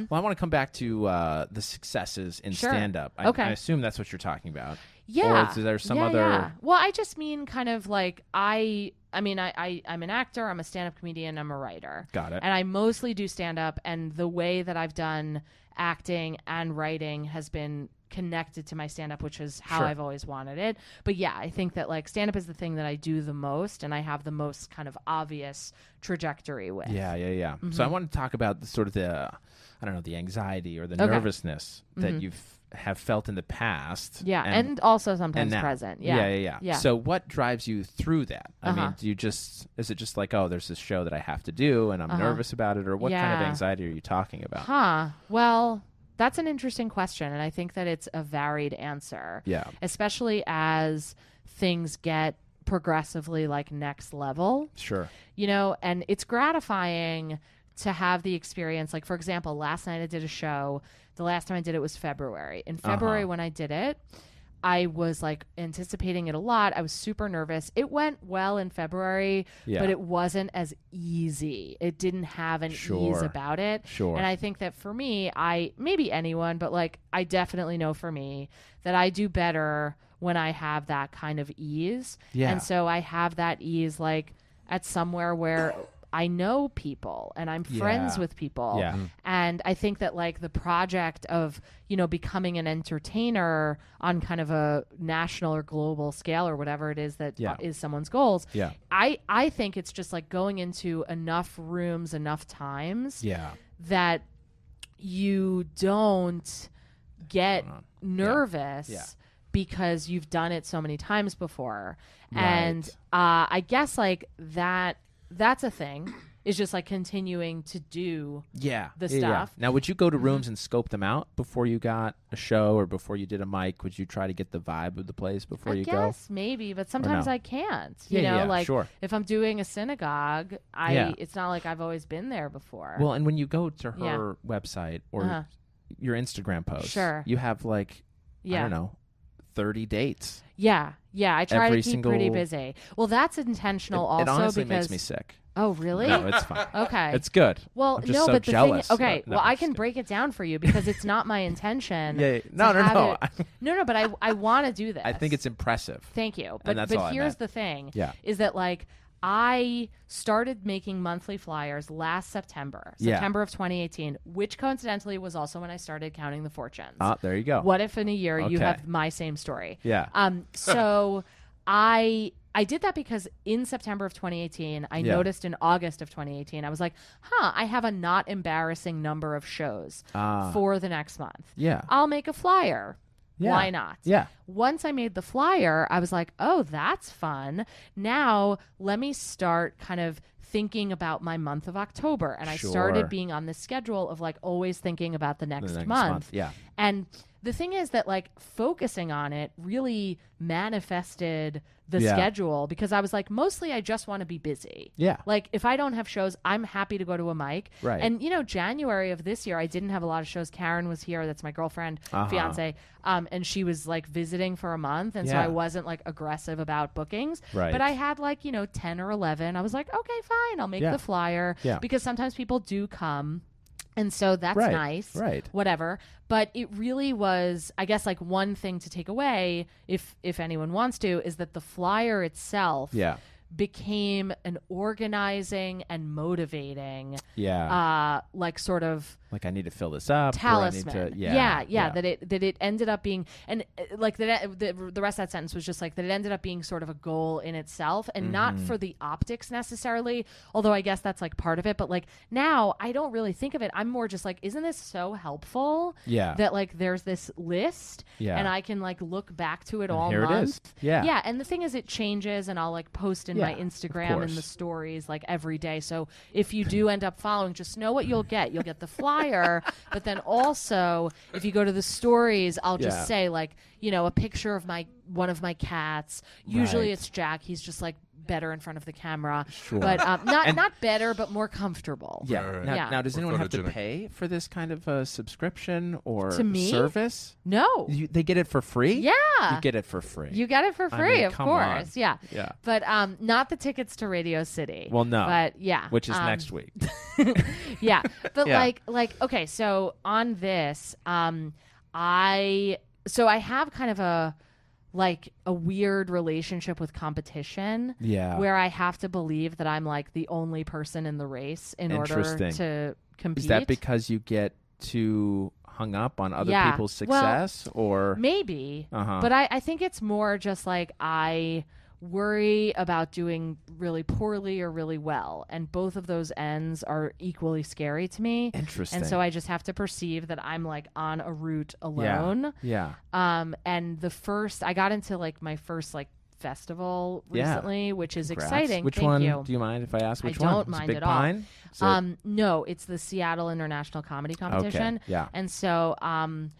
B: Well, I want to come back to uh, the successes in
D: Mm-hmm. Sure.
B: stand up. I,
D: Okay.
B: I assume that's what you're talking about.
D: Yeah.
B: Or is there some
D: yeah,
B: other.
D: yeah. Well, I just mean kind of like I I mean I, I I'm an actor, I'm a stand up comedian, I'm a writer.
B: Got it.
D: And I mostly do stand up and the way that I've done acting and writing has been connected to my stand up, which is how
B: Sure.
D: I've always wanted it. But yeah, I think that like stand up is the thing that I do the most and I have the most kind of obvious trajectory with. Mm-hmm.
B: Yeah, yeah, yeah. So I want to talk about the, sort of the I don't know, the anxiety or the
D: Okay. Mm-hmm.
B: nervousness that you have felt in the past.
D: Yeah, and, also
B: and
D: sometimes
B: now.
D: present.
B: yeah, yeah, yeah.
D: yeah.
B: So what drives you through that? I
D: Uh-huh.
B: mean, do you just is it just like, oh, there's this show that I have to do and I'm nervous about it, or what kind
D: Uh-huh. Yeah.
B: of anxiety are you talking about?
D: Huh. Well, that's an interesting question, and I think that it's a varied answer.
B: Yeah.
D: Especially as things get progressively like next level.
B: Sure.
D: you know, and it's gratifying to have the experience. Like, for example, last night I did a show. The last time I did it was February. In
B: Uh-huh.
D: February, when I did it, I was like anticipating it a lot. I was super nervous. It went well in February,
B: Yeah.
D: but it wasn't as easy. It didn't have an ease
B: Sure.
D: about it.
B: Sure.
D: And I think that for me, I maybe anyone, but like I definitely know for me that I do better when I have that kind of ease.
B: Yeah.
D: And so I have that ease like at somewhere where I know people and I'm friends
B: Yeah.
D: with people.
B: Yeah. Mhm.
D: And I think that like the project of, you know, becoming an entertainer on kind of a national or global scale or whatever it is that
B: Yeah.
D: uh, is someone's goals.
B: Yeah.
D: I I think it's just like going into enough rooms enough times
B: Yeah.
D: that you don't get nervous
B: Yeah.
D: because you've done it so many times before.
B: Right.
D: And uh, I guess like that that's a thing is just like continuing to do
B: Yeah.
D: the
B: yeah, yeah.
D: stuff. Mm-hmm.
B: Now, would you go to rooms and scope them out before you got a show or before you did a mic? Would you try to get the vibe of the place before
D: I
B: you go?
D: guess maybe, but sometimes
B: no?
D: I can't. You
B: Yeah,
D: know,
B: yeah,
D: like
B: sure.
D: if I'm doing a synagogue, I
B: Yeah.
D: it's not like I've always been there before.
B: Well, and when you go to
D: Yeah.
B: her website or
D: Uh-huh.
B: your Instagram post,
D: Sure.
B: you have like
D: yeah.
B: I don't know, thirty dates.
D: Yeah, yeah. I try
B: Every
D: to keep pretty
B: single-
D: busy. Well, that's intentional
B: it,
D: also
B: it honestly makes
D: because
B: me sick.
D: oh really?
B: No, it's fine.
D: okay.
B: It's good.
D: well,
B: I'm just
D: no,
B: so
D: but the
B: jealous.
D: thing. Okay,
B: No,
D: well,
B: I'm
D: I
B: just
D: can
B: kidding.
D: break it down for you because it's not my intention.
B: Yeah, yeah.
D: to
B: No, no,
D: have
B: no.
D: it- no, no. But I, I want to do this.
B: I think it's impressive.
D: Thank you. But
B: that's
D: but
B: all I
D: here's
B: meant.
D: the thing.
B: Yeah.
D: Is that like I started making monthly flyers last September,
B: Yeah.
D: September of 2018, which coincidentally was also when I started counting the fortunes.
B: Ah, there you go.
D: What if in a year you
B: Okay.
D: have my same story?
B: Yeah.
D: Um. So I I did that because in September of 2018, I
B: Yeah.
D: noticed in August of 2018, I was like, huh, I have a not embarrassing number of shows
B: Ah.
D: for the next month.
B: Yeah.
D: I'll make a flyer.
B: Yeah.
D: Why not?
B: Yeah.
D: Once I made the flyer, I was like, oh, that's fun. Now let me start kind of thinking about my month of October. And I
B: Sure.
D: started being on the schedule of like always thinking about the next, month.
B: Yeah.
D: And the thing is that like focusing on it really manifested the
B: Yeah.
D: schedule because I was like, mostly I just want to be busy.
B: Yeah.
D: Like if I don't have shows, I'm happy to go to a mic.
B: Right.
D: And you know, January of this year, I didn't have a lot of shows. Karen was here. That's my girlfriend,
B: Uh-huh.
D: fiance, um, and she was like visiting for a month, and so
B: Yeah.
D: I wasn't like aggressive about bookings.
B: Right.
D: But I had like you know ten or eleven. I was like, okay, fine, I'll make
B: Yeah.
D: the flyer.
B: Yeah.
D: Because sometimes people do come. And so that's
B: Right,
D: nice.
B: right.
D: Whatever. But it really was, I guess, like one thing to take away, if if anyone wants to, is that the flyer itself
B: Yeah.
D: became an organizing and motivating
B: Yeah.
D: uh like sort of
B: like I need to fill this up. or I need
D: talisman.
B: to,
D: yeah,
B: yeah,
D: yeah, That it that it ended up being and uh, like that the, the rest of that sentence was just like that it ended up being sort of a goal in itself and not
B: Mm-hmm.
D: for the optics necessarily. Although I guess that's like part of it. But like now I don't really think of it. I'm more just like, isn't this so helpful?
B: Yeah.
D: That like there's this list.
B: Yeah.
D: And I can like look back to it all
B: here it
D: month.
B: is. Yeah.
D: Yeah. And the thing is, it changes, and I'll like post in my
B: Yeah, of
D: Instagram and the
B: course.
D: stories like every day. So if you do end up following, just know what you'll get. You'll get the flyer, but then also if you go to the stories, I'll just
B: Yeah.
D: say like you know a picture of my one of my cats. Usually
B: Right.
D: it's Jack. He's just like better in front of the camera, but um, not not better, but more comfortable.
B: Yeah.
C: Right, right.
B: Now,
D: Yeah.
B: now, does
C: Or
B: anyone have to
C: photogenic.
B: pay for this kind of uh, subscription or
D: To me?
B: service?
D: No.
B: You, they get it for free.
D: Yeah.
B: you get it for free.
D: You get it for
B: I
D: free,
B: mean,
D: of
B: come on.
D: course. Yeah.
B: Yeah.
D: But um not the tickets to Radio City.
B: well, no,
D: But yeah.
B: which is
D: um,
B: next week.
D: yeah but
B: Yeah.
D: like like okay so on this um i so i have kind of a like a weird relationship with competition
B: Yeah.
D: where i have to believe that i'm like the only person in the race in order
B: Interesting.
D: to compete
B: Is that because you get too hung up on other
D: Yeah.
B: people's
D: Well,
B: success, or
D: maybe
B: Uh-huh.
D: but I, I think it's more just like i worry about doing really poorly or really well. And both of those ends are equally scary to me.
B: Interesting.
D: And so I just have to perceive that I'm like on a route alone.
B: yeah.
D: Um, and the first, I got into like my first like festival
B: Yeah.
D: recently, which is
B: Congrats.
D: exciting.
B: Which
D: Thank
B: one?
D: you.
B: Do you mind if I ask
D: I
B: which one?
D: don't
B: Is it
D: mind
B: Big
D: at all.
B: Pine? Is it-
D: um, no, it's the Seattle International Comedy Competition.
B: yeah.
D: And so, um,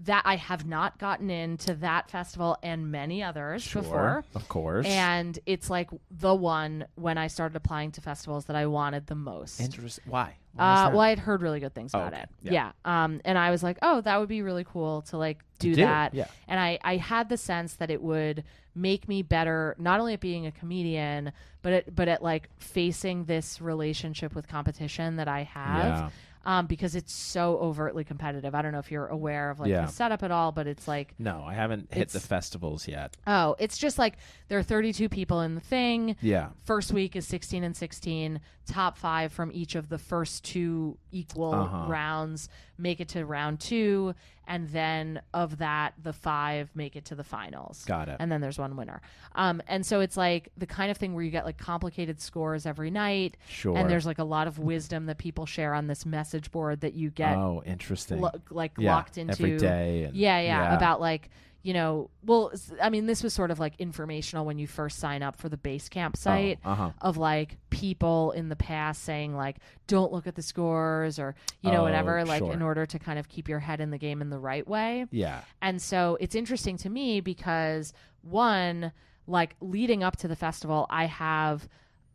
D: that I have not gotten into that festival and many others
B: sure,
D: before.
B: Of course.
D: And it's like the one when I started applying to festivals that I wanted the most.
B: Interest. Why? Why is
D: Uh,
B: that?
D: well, I had heard really good things
B: Oh,
D: about
B: okay.
D: it.
B: Yeah.
D: Yeah. Um, and I was like, oh, that would be really cool to like do,
B: do,
D: that.
B: yeah.
D: And I, I had the sense that it would make me better, not only at being a comedian, but at, but at like facing this relationship with competition that I have.
B: Yeah.
D: Um, because it's so overtly competitive. I don't know if you're aware of like
B: Yeah.
D: the setup at all, but it's like
B: no, I haven't hit the
D: It's-
B: festivals yet.
D: oh, it's just like there are 32 people in the thing.
B: Yeah.
D: First week is 16 and 16. Top five from each of the first two equal
B: Uh-huh.
D: rounds make it to round two. And then of that, the five make it to the finals.
B: Got it.
D: And then there's one winner. Um, and so it's like the kind of thing where you get like complicated scores every night.
B: Sure.
D: And there's like a lot of wisdom that people share on this message board that you get
B: oh, interesting.
D: lo- like
B: yeah.
D: locked into
B: every day. And,
D: yeah, yeah, about like you know, well, s- I mean, this was sort of like informational when you first sign up for the base camp site
B: uh-huh.
D: of like people in the past saying like, don't look at the scores or you know
B: Oh,
D: whatever, like
B: sure.
D: in order to kind of keep your head in the game in the right way.
B: Yeah.
D: And so it's interesting to me because one, like leading up to the festival, I have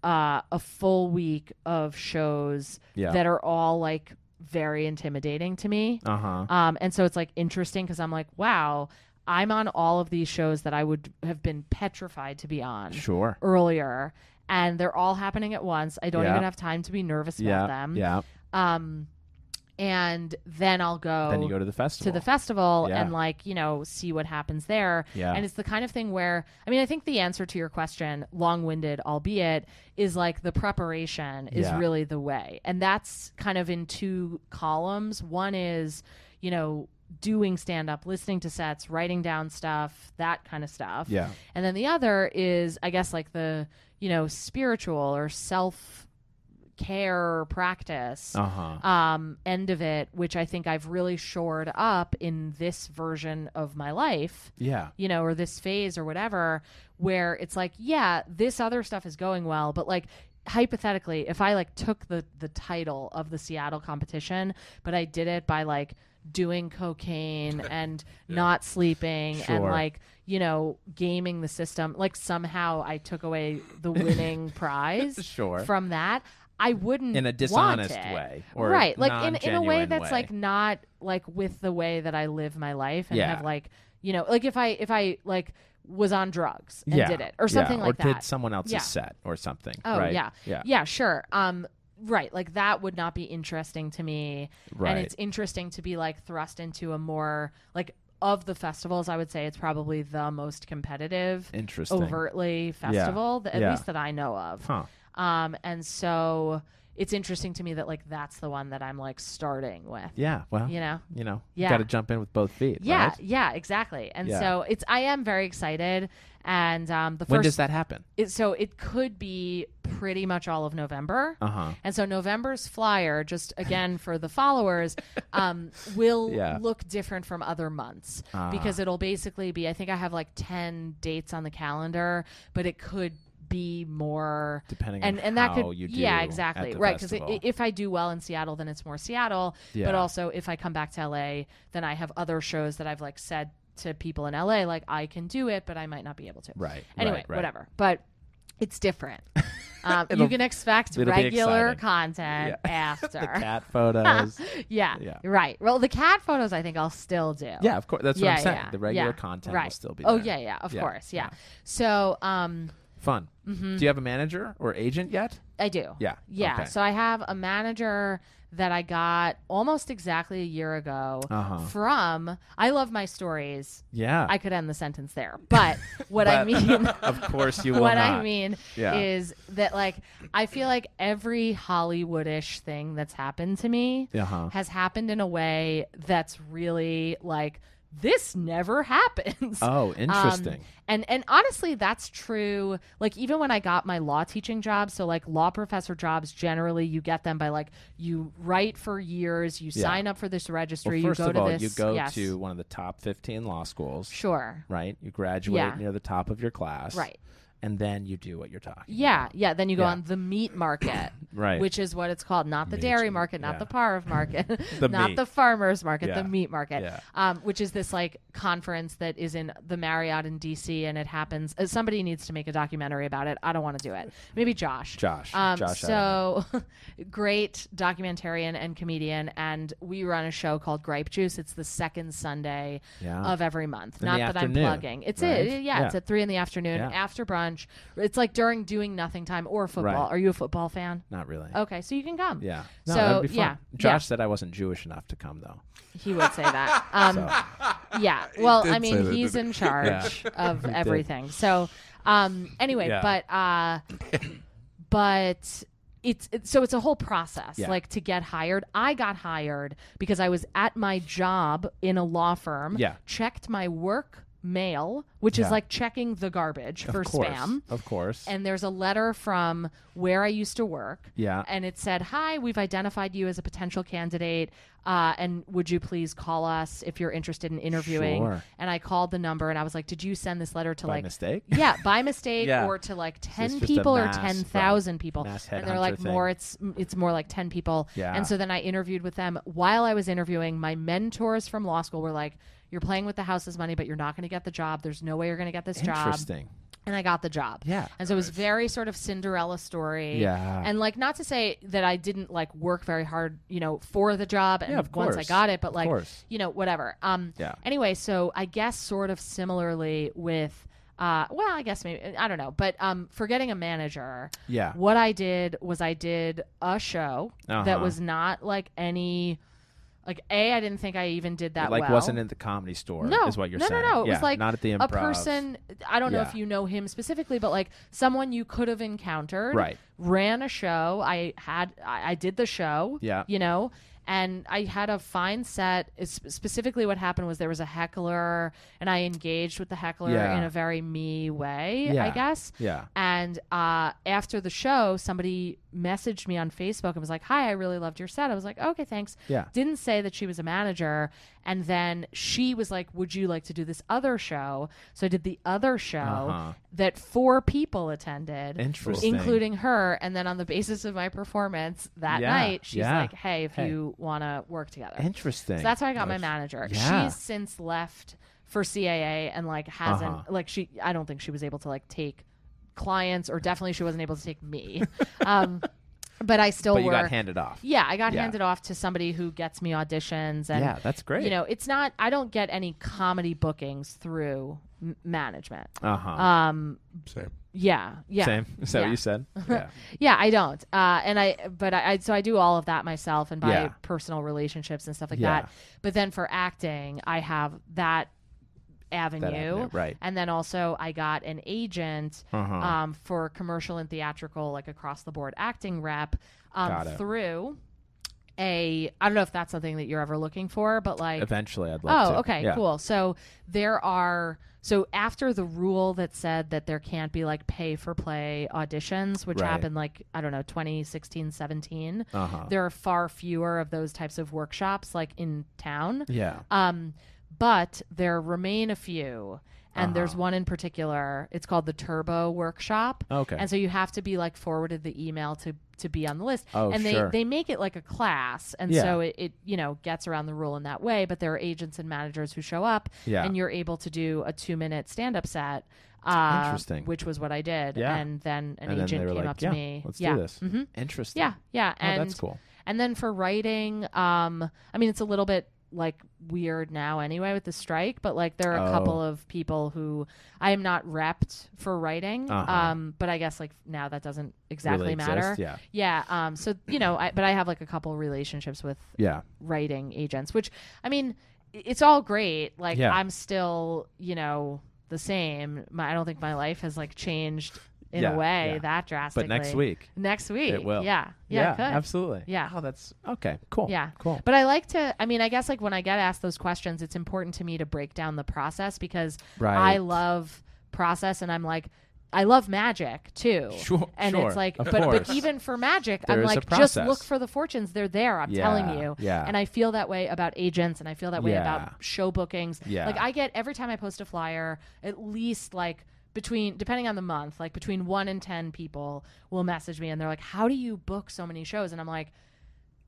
D: uh, a full week of shows
B: Yeah.
D: that are all like very intimidating to me.
B: Uh huh.
D: Um, and so it's like interesting because I'm like, wow, I'm on all of these shows that I would have been petrified to be on
B: Sure.
D: earlier, and they're all happening at once. I don't
B: Yeah.
D: even have time to be nervous
B: Yeah.
D: about them.
B: Yeah.
D: Um, and then I'll go.
B: then you go to the festival.
D: to the festival
B: Yeah.
D: and like you know see what happens there
B: Yeah.
D: and it's the kind of thing where i mean i think the answer to your question long-winded albeit is like the preparation is
B: Yeah.
D: really the way and that's kind of in two columns one is you know doing stand up listening to sets writing down stuff that kind of stuff
B: Yeah.
D: and then the other is i guess like the you know spiritual or self care practice
B: Uh huh.
D: um, end of it, which I think I've really shored up in this version of my life,
B: Yeah.
D: you know, or this phase or whatever, where it's like, yeah, this other stuff is going well, but like hypothetically, if I like took the the title of the Seattle competition, but I did it by like doing cocaine and not sleeping and
B: Sure.
D: like you know gaming the system like somehow i took away the winning prize
B: Sure.
D: from that i wouldn't
B: in a
D: want
B: dishonest
D: it.
B: way or
D: right like in, in a way
B: non-genuine
D: that's
B: way.
D: like not like with the way that i live my life and
B: Yeah.
D: have like you know like if i if i like was on drugs and
B: yeah.
D: did it or
B: yeah.
D: something like
B: or
D: that
B: did someone else's
D: Yeah.
B: set or something
D: oh
B: right?
D: yeah
B: yeah
D: sure um right like that would not be interesting to me
B: Right.
D: and it's interesting to be like thrust into a more like of the festivals i would say it's probably the most competitive
B: interesting
D: overtly festival th- at
B: Yeah.
D: least that i know of
B: huh
D: um, and so it's interesting to me that like that's the one that I'm like starting with.
B: yeah well
D: You know?
B: you know you
D: Yeah.
B: got to jump in with both feet
D: Yeah,
B: right?
D: yeah, exactly. And
B: Yeah.
D: so it's I am very excited. And um, the
B: when
D: first
B: does that happen
D: it, so it could be pretty much all of November.
B: uh-huh
D: And so November's flyer, just again for the followers, um, will
B: Yeah.
D: look different from other months
B: Ah.
D: because it'll basically be. I think I have like ten dates on the calendar, but it could be more
B: depending
D: and
B: on
D: and that
B: how
D: could
B: you do
D: yeah
B: at
D: exactly
B: the
D: right because
B: festival.
D: if I do well in Seattle then it's more Seattle
B: Yeah.
D: but also if I come back to LA then I have other shows that I've like said to people in LA like I can do it but I might not be able to
B: right
D: anyway
B: right, right.
D: whatever but it's different um, you
B: It'll-
D: can expect
B: it'll be
D: regular
B: exciting.
D: content
B: the
D: after
B: cat photos
D: yeah.
B: Yeah.
D: right well the cat photos I think I'll still do
B: yeah of course that's what
D: yeah,
B: i'm saying
D: yeah,
B: the regular
D: yeah,
B: content will
D: right.
B: still be
D: oh
B: there.
D: yeah yeah of
B: Yeah,
D: course yeah.
B: yeah.
D: so um
B: fun do you have a manager or agent yet
D: I do
B: yeah
D: Yeah.
B: okay.
D: So I have a manager that I got almost exactly a year ago
B: Uh-huh.
D: from I love my stories.
B: yeah
D: I could end the sentence there. But what I
B: But-
D: mean
B: of course you will
D: what
B: not.
D: I mean
B: Yeah.
D: is that like I feel like every Hollywoodish thing that's happened to me
B: Uh-huh.
D: has happened in a way that's really like this never happens.
B: Oh,
D: Um,
B: interesting.
D: and and honestly, that's true. Like even when I got my law teaching job, so like law professor jobs, generally you get them by like you write for years, you
B: Yeah.
D: sign up for this registry,
B: well, first
D: you go
B: of
D: to
B: all,
D: this.
B: you go
D: yes.
B: to one of the top 15 law schools,
D: sure.
B: right? You graduate
D: Yeah.
B: near the top of your class.
D: Right.
B: And then you do what you're talking
D: Yeah, yeah. Then you go
B: Yeah.
D: on the meat market,
B: Right.
D: Which is what it's called, not the dairy market, not
B: yeah.
D: the parv market,
B: The
D: not
B: meat.
D: the farmers market,
B: Yeah.
D: the meat market,
B: Yeah.
D: um, which is this like conference that is in the Marriott in D.C. and it happens. Uh, somebody needs to make a documentary about it. I don't want to do it. Maybe Josh.
B: Josh.
D: Um,
B: Josh, I
D: so great documentarian and comedian, and we run a show called Grape Juice. It's the second Sunday
B: Yeah.
D: of every month.
B: In
D: not
B: the
D: that
B: afternoon,
D: I'm plugging. It's
B: right?
D: it. Yeah, it's
B: Yeah.
D: at three in the afternoon
B: Yeah.
D: after brunch. It's like during doing nothing time or football.
B: Right.
D: Are you a football fan?
B: Not really.
D: Okay, so you can come.
B: Yeah.
D: Oh, So
B: No, that'd be fun.
D: yeah,
B: Josh
D: yeah,
B: said I wasn't Jewish enough to come though.
D: he would say that. Um, Yeah. Well,
C: did
D: I
C: say
D: mean,
C: that,
D: he's
C: didn't
D: in charge of everything. So, um, anyway,
B: Yeah.
D: but uh, but. It's, it's so it's a whole process
B: Yeah.
D: like to get hired i got hired because i was at my job in a law firm
B: Yeah.
D: checked my work mail which
B: Yeah.
D: is like checking the garbage for
B: of course.
D: spam
B: Of course.
D: and there's a letter from where I used to work.
B: Yeah.
D: And it said, Hi, we've identified you as a potential candidate. Uh, and would you please call us if you're interested in interviewing?
B: Sure.
D: And I called the number and I was like, Did you send this letter to
B: By
D: like.
B: mistake?
D: Yeah, by mistake,
B: Yeah.
D: or to like
B: it's
D: ten
B: just a
D: people
B: mass,
D: or
B: right,
D: ten thousand people,
B: mass
D: and
B: headhunter
D: they're like
B: thing.
D: more. It's it's more like ten people.
B: Yeah.
D: And so then I interviewed with them. While I was interviewing, my mentors from law school were like, "You're playing with the house's money, but you're not going to get the job. There's no way you're going to get this job."
B: Interesting.
D: and I got the job.
B: Yeah.
D: And so it was very sort of Cinderella story.
B: Yeah.
D: And like not to say that I didn't like work very hard, you know, for the job and
B: Yeah, of
D: once I
B: course.
D: got it, but
B: Of
D: like
B: course.
D: you know, whatever. Um
B: Yeah.
D: anyway, so I guess sort of similarly with uh, well, I guess maybe I don't know, but um, for getting a manager,
B: Yeah.
D: What I did was I did a show that
B: Uh-huh.
D: was not like any, like a. I didn't think I even did that.
B: like
D: well.
B: wasn't at the comedy store
D: No,
B: is what you're
D: no,
B: saying.
D: No, no, It
B: yeah,
D: was like
B: not at the
D: a
B: improv.
D: person. I don't know if
B: Yeah.
D: you know him specifically, but like someone you could have encountered.
B: Right.
D: Ran a show. I had. I, I did the show.
B: Yeah.
D: You know. And I had a fine set. It's specifically, what happened was there was a heckler, and I engaged with the heckler
B: Yeah.
D: in a very me way, I
B: Yeah.
D: guess.
B: Yeah.
D: And uh, after the show, somebody messaged me on Facebook and was like, "Hi, I really loved your set." I was like, "Okay, thanks."
B: Yeah.
D: Didn't say that she was a manager, and then she was like, "Would you like to do this other show?" So I did the other show
B: Uh-huh.
D: that four people attended,
B: Interesting.
D: including her. And then on the basis of my performance that
B: Yeah,
D: night, she's
B: yeah.
D: like, "Hey, if
B: Hey.
D: you want to work together."
B: Interesting.
D: uh, So that's how I got my manager.
B: Yeah.
D: She's since left for CAA and like hasn't
B: Uh-huh.
D: like she. I don't think she was able to like take clients, or definitely she wasn't able to take me. um, but I still
B: But you
D: were.
B: got handed off.
D: yeah, I got
B: Yeah.
D: handed off to somebody who gets me auditions, and
B: Yeah, that's great.
D: You know, it's not. I don't get any comedy bookings through m- management.
B: Uh-huh.
D: Um.
C: Same.
D: Yeah. Yeah.
B: Same. Is that
D: Yeah.
B: what you said? Yeah.
D: Yeah, I don't. Uh, and I, but I, I, so I do all of that myself and by
B: Yeah.
D: personal relationships and stuff like
B: Yeah.
D: that. But then for acting, I have that avenue.
B: avenue, right.
D: And then also I got an agent
B: Uh-huh.
D: um, for commercial and theatrical, like across the board acting rep um,
B: Got it.
D: through a, I don't know if that's something that you're ever looking for, but like,
B: Eventually, I'd love
D: Oh,
B: to.
D: okay,
B: Yeah.
D: cool. So there are so after the rule that said that there can't be like pay for play auditions, which
B: Right.
D: happened like I don't know 2016, 17.
B: Uh-huh.
D: There are far fewer of those types of workshops like in town.
B: Yeah.
D: Um, but there remain a few. And there's
B: Uh-huh.
D: one in particular. It's called the Turbo Workshop.
B: Okay.
D: And so you have to be like forwarded the email to to be on the list.
B: Oh,
D: and they
B: sure.
D: they make it like a class, and
B: Yeah.
D: so it, it you know gets around the rule in that way. But there are agents and managers who show up,
B: Yeah.
D: and you're able to do a two minute stand up set. Uh,
B: Interesting.
D: Which was what I did.
B: Yeah.
D: And then an
B: and then
D: agent
B: they were
D: came
B: like,
D: up to
B: yeah,
D: me.
B: Let's
D: Yeah.
B: do this.
D: Mhm.
B: Interesting.
D: Yeah, yeah,
B: Oh,
D: and
B: that's cool.
D: And then for writing, um, I mean, it's a little bit like weird now anyway with the strike, but like there are a
B: Oh.
D: couple of people who I am not repped for writing,
B: Uh-huh.
D: um, but I guess like now that doesn't exactly
B: really
D: matter.
B: Exist. Yeah.
D: yeah. Um. So you know, I, but I have like a couple relationships with
B: Yeah.
D: writing agents, which I mean, i- it's all great. Like
B: Yeah.
D: I'm still, you know, the same. My, I don't think my life has like changed in
B: Yeah,
D: a way
B: yeah.
D: that drastically.
B: next week,
D: Next week.
B: it will.
D: Yeah. Yeah. it could.
B: absolutely.
D: Yeah.
B: Oh, that's okay. Cool.
D: Yeah.
B: Cool.
D: But I like to, I mean, I guess like when I get asked those questions, it's important to me to break down the process because
B: Right.
D: I love process and I'm like, I love magic too.
B: Sure,
D: And
B: sure.
D: it's like,
B: Of
D: but, but
B: course.
D: even for magic,
B: There
D: I'm
B: is a
D: like, just
B: process.
D: look for the fortunes. They're there. I'm telling
B: Yeah,
D: you.
B: yeah.
D: And I feel that way about agents and I feel that way
B: Yeah.
D: about show bookings.
B: Yeah.
D: Like I get every time I post a flyer, at least like, between depending on the month, like between one and ten people will message me and they're like, "How do you book so many shows?" And I'm like,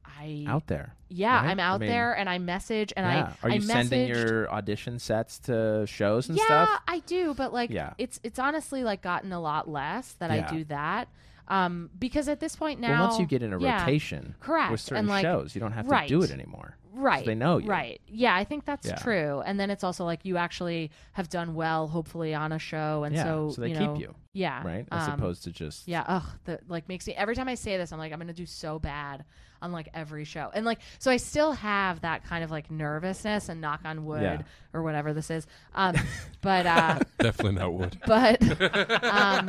D: "I
B: out there.
D: yeah,
B: right?
D: I'm out
B: I mean,
D: there and I message and
B: yeah.
D: I
B: Are you
D: I
B: sending
D: messaged-
B: your audition sets to shows and
D: yeah,
B: stuff?
D: I do, but like
B: Yeah.
D: it's it's honestly like gotten a lot less that
B: Yeah.
D: I do that. Um because at this point now
B: well, once you get in a
D: yeah,
B: rotation
D: Correct,
B: with
D: and,
B: certain
D: like,
B: shows, you don't have
D: right.
B: to do it anymore. 'cause
D: Right.
B: They know you.
D: Right. Yeah, I think that's
B: Yeah.
D: true. And then it's also like you actually have done well hopefully on a show and
B: Yeah,
D: so,
B: so they
D: you
B: keep
D: know,
B: you,
D: Yeah.
B: Right. As
D: um,
B: opposed to just
D: Yeah, ugh, that like makes me every time I say this, I'm like, I'm gonna do so bad on like every show, and like so I still have that kind of like nervousness and knock on wood
B: Yeah.
D: or whatever this is, um, but uh,
C: Definitely not wood.
D: but um,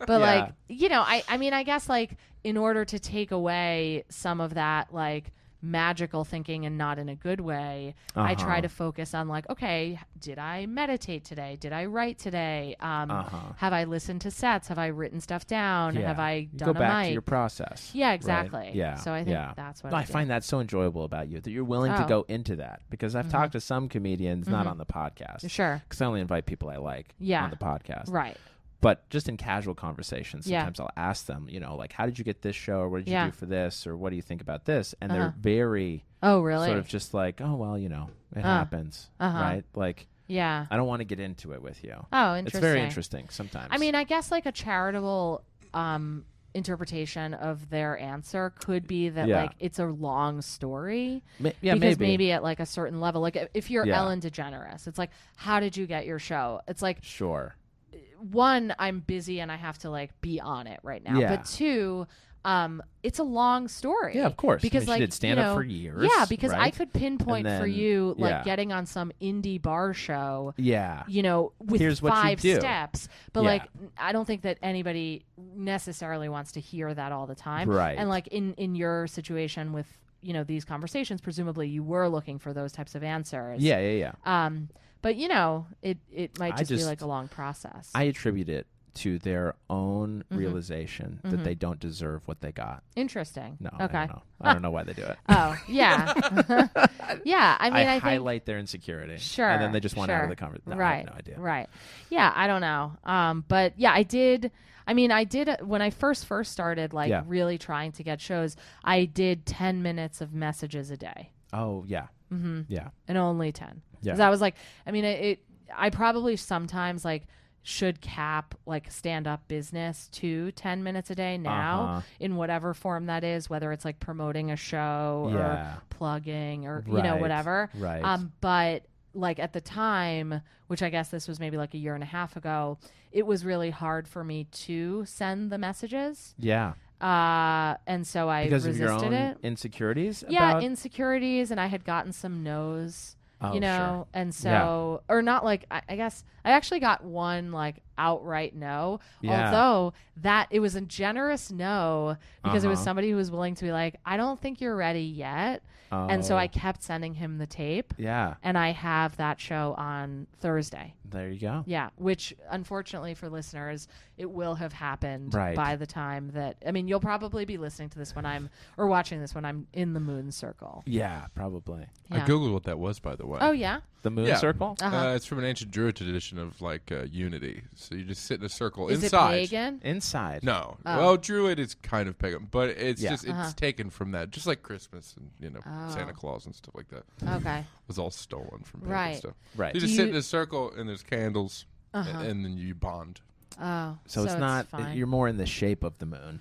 D: but
B: Yeah.
D: like you know, I I mean, I guess like in order to take away some of that like magical thinking and not in a good way i try
B: Uh-huh.
D: to focus on like okay did i meditate today did i write today um
B: Uh-huh.
D: have i listened to sets have i written stuff down
B: Yeah.
D: oh, have i
B: You
D: done
B: go
D: a
B: back
D: mic
B: to your process?
D: yeah,
B: right?
D: exactly.
B: Yeah.
D: So I think
B: yeah.
D: that's what
B: No,
D: I
B: I
D: do.
B: find that so enjoyable about you that you're willing to
D: Oh. Mm-hmm.
B: go into that because I've talked to some comedians not on the podcast.
D: Sure.
B: Because I only invite people I like
D: Yeah.
B: on the podcast.
D: Right.
B: But just in casual conversations,
D: Yeah.
B: sometimes I'll ask them, you know, like, how did you get this show? Or what did you
D: Yeah.
B: do for this? Or what do you think about this? And
D: Uh-huh.
B: they're very
D: Oh, really?
B: sort of just like, oh, well, you know, it happens.
D: uh-huh.
B: Right? Like,
D: yeah.
B: I don't want to get into it with you.
D: Oh, interesting.
B: It's very interesting sometimes.
D: I mean, I guess like a charitable um interpretation of their answer could be that
B: Yeah.
D: like it's a long story.
B: Ma- yeah,
D: because
B: maybe.
D: at like a certain level, like if- if you're
B: Yeah.
D: Ellen DeGeneres, it's like, how did you get your show? It's like
B: Sure.
D: one, I'm busy and I have to like be on it right now.
B: Yeah.
D: But two, um, it's a long story.
B: Yeah, of course. I
D: Because
B: mean, she
D: like
B: did stand
D: you
B: up
D: know-
B: for years,
D: Yeah, because I
B: right?
D: could pinpoint
B: And
D: for
B: then-
D: you like
B: yeah.
D: getting on some indie bar show.
B: Yeah.
D: You know, with
B: Here's what you
D: five
B: do.
D: steps, but
B: Yeah.
D: like, I don't think that anybody necessarily wants to hear that all the time.
B: Right.
D: And like in in your situation with you know these conversations, presumably you were looking for those types of answers.
B: Yeah, yeah, yeah.
D: Um, but you know, it it might
B: I
D: just, be
B: just-
D: like a long process.
B: I attribute it to their own
D: Mm-hmm.
B: realization that they don't deserve what they got.
D: Interesting.
B: No,
D: Mm-hmm. Okay.
B: I don't know. I don't know why they do it.
D: Oh, yeah. yeah. I mean, I, think.
B: highlight their insecurity.
D: Sure.
B: And then they just want out
D: sure.
B: of the conversation.
D: right.
B: I have no idea.
D: Right. Yeah, I don't know. Um, but yeah, I did. I mean, I did uh, when I first first started, like
B: Yeah.
D: really trying to get shows. I did ten minutes of messages a day,
B: Oh, yeah. Mm-hmm. Yeah.
D: and only ten.
B: Yeah.
D: Because I was like, I mean, it, it. I probably sometimes like should cap like stand up business to 10 minutes a day now
B: Uh-huh.
D: in whatever form that is whether it's like promoting a show
B: Yeah.
D: or plugging or you know
B: Right.
D: whatever
B: Right.
D: um but like at the time which i guess this was maybe like a year and a half ago it was really hard for me to send the messages
B: Yeah.
D: uh and so i
B: Because of
D: resisted
B: your own
D: it
B: insecurities?
D: yeah
B: about-
D: insecurities and i had gotten some no's
B: Oh,
D: you know and so or not like I, I guess i actually got one like outright no
B: Yeah.
D: although that it was a generous no because it was
B: Uh-huh.
D: somebody who was willing to be like i don't think you're ready yet
B: sure.
D: and so
B: Oh,
D: i kept sending him the tape
B: Yeah.
D: and i have that show on thursday
B: There you go.
D: yeah which unfortunately for listeners it will have happened
B: Right.
D: by the time that i mean you'll probably be listening to this when i'm or watching this when i'm in the moon circle
B: Yeah, probably.
D: yeah.
C: I googled what that was, by the way.
D: oh yeah
B: The moon
C: Yeah.
B: circle?
C: Uh,
D: Uh-huh.
C: it's from an ancient Druid tradition of like uh, unity. So you just sit in a circle
D: Is
C: inside.
D: it pagan?
B: Inside.
C: No,
D: Oh.
C: well, Druid is kind of pagan, but it's
B: Yeah.
C: just it's
D: Uh-huh.
C: taken from that, just like Christmas and you know
D: Oh.
C: Santa Claus and stuff like that
D: Okay.
C: was all stolen from pagan
D: Right.
C: stuff.
B: Right.
C: You just
D: Do
C: sit
D: you-
C: in a circle and there's candles, a-
D: Uh-huh.
C: and, then you bond.
D: Oh,
B: So, it's not,
D: fine.
B: you're more in the shape of the moon.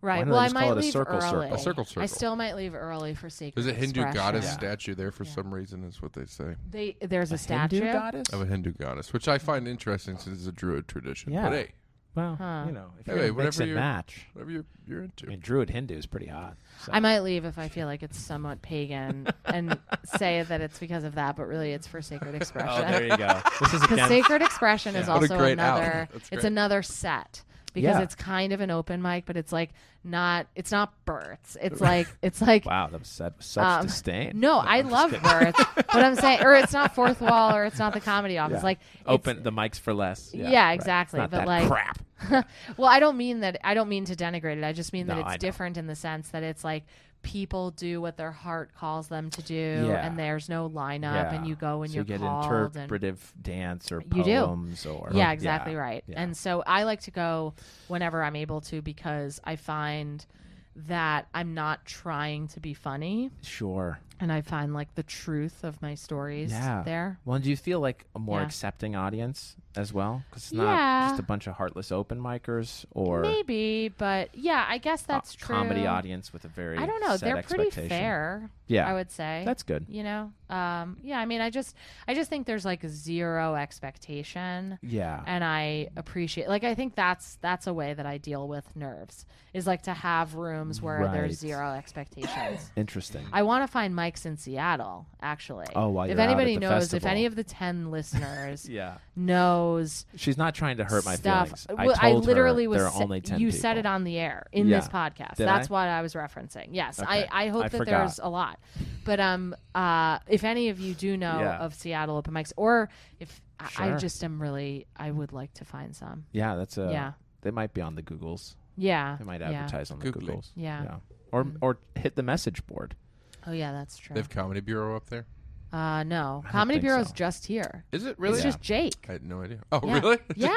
D: right.
B: don't they
D: Well, I
B: just call
D: might
B: it a
D: leave
B: circle circle?
D: early.
C: A circle
D: I
C: circle.
D: still might leave early for sacred.
C: There's a Hindu
D: expression.
C: goddess
B: Yeah.
C: statue there for some reason, is what they say.
D: They, there's a, statue.
B: Hindu goddess?
C: Of a Hindu goddess, which I find interesting since it's a Druid tradition.
B: Yeah.
C: But hey,
B: Well,
D: Huh.
B: you know, if you're
C: Anyway,
B: gonna mix
C: whatever
B: and
C: you're-
B: match.
C: whatever you're, you're into.
B: I mean, Druid Hindu is pretty hot. So.
D: I might leave if I feel like it's somewhat pagan and say that it's because of that, but really it's for
C: Oh,
D: sacred expression.
B: you go. this is
D: Because sacred expression is
C: What a
D: also
C: great out.
D: another.
C: That's
D: It's
C: great.
D: another set because
B: Yeah.
D: it's kind of an open mic, but it's like not it's not Burt's. It's like it's like
B: Wow, that was said with such
D: Um,
B: disdain.
D: no, I love Burt's. but I'm saying or it's not fourth wall or it's not the comedy office.
B: Yeah.
D: Like it's-
B: Open the mics for less.
D: Yeah,
B: right. It's
D: exactly,
B: not
D: but
B: that
D: like-
B: crap.
D: well, I don't mean that. I don't mean to denigrate it. I just mean that
B: No, I know.
D: it's different in the sense that it's like people do what their heart calls them to do,
B: Yeah.
D: and there's no lineup,
B: Yeah.
D: and you go and
B: so
D: you're
B: you get
D: called. and,
B: interpretive dance or
D: You do.
B: poems or
D: yeah, exactly
B: yeah.
D: right.
B: Yeah.
D: And so I like to go whenever I'm able to because I find that I'm not trying to be funny,
B: Sure.
D: and I find like the truth of my stories
B: Yeah.
D: there.
B: Well, and do you feel like a more
D: Yeah.
B: accepting audience as well? Because it's not
D: Yeah.
B: just a bunch of heartless open micers or
D: Maybe, but yeah, I guess
B: a
D: that's true.
B: comedy audience with a very
D: I don't know.
B: set
D: They're pretty
B: expectation.
D: fair.
B: Yeah.
D: I would say
B: That's good.
D: you know um yeah i mean i just i just think there's like zero expectation
B: Yeah.
D: and i appreciate like i think that's that's a way that i deal with nerves is like to have rooms where
B: Right.
D: there's zero expectations
B: Interesting.
D: i want to find mics in seattle actually
B: Oh, while
D: if
B: you're out at
D: anybody
B: the
D: knows if
B: festival.
D: any of the 10 listeners
B: yeah.
D: knows
B: She's not trying to hurt my
D: stuff
B: feelings.
D: well,
B: I told
D: literally
B: her
D: was
B: there are
D: sa-
B: only 10
D: you
B: people.
D: said it on the air in this
B: Yeah.
D: podcast
B: Did
D: that's
B: I?
D: what i was referencing yes
B: Okay.
D: I, I hope
B: I
D: that
B: forgot.
D: there's a lot but um uh if any of you do know
B: Yeah.
D: of seattle open mics or if I, I
B: Sure.
D: just am really i would like to find some
B: Yeah, that's a.
D: Yeah.
B: They might be on the Googles.
D: yeah
B: They might
D: yeah.
B: advertise on the
C: Googling.
B: Googles.
D: Yeah. Mm.
B: Or or hit the message board.
D: oh yeah that's true
C: They have Comedy Bureau up there.
D: uh no comedy
B: think
D: bureau's
B: so.
D: just here
C: Is it
D: it's
C: really?
D: just jake
C: I had no idea. Oh,
D: Yeah.
C: really?
D: yeah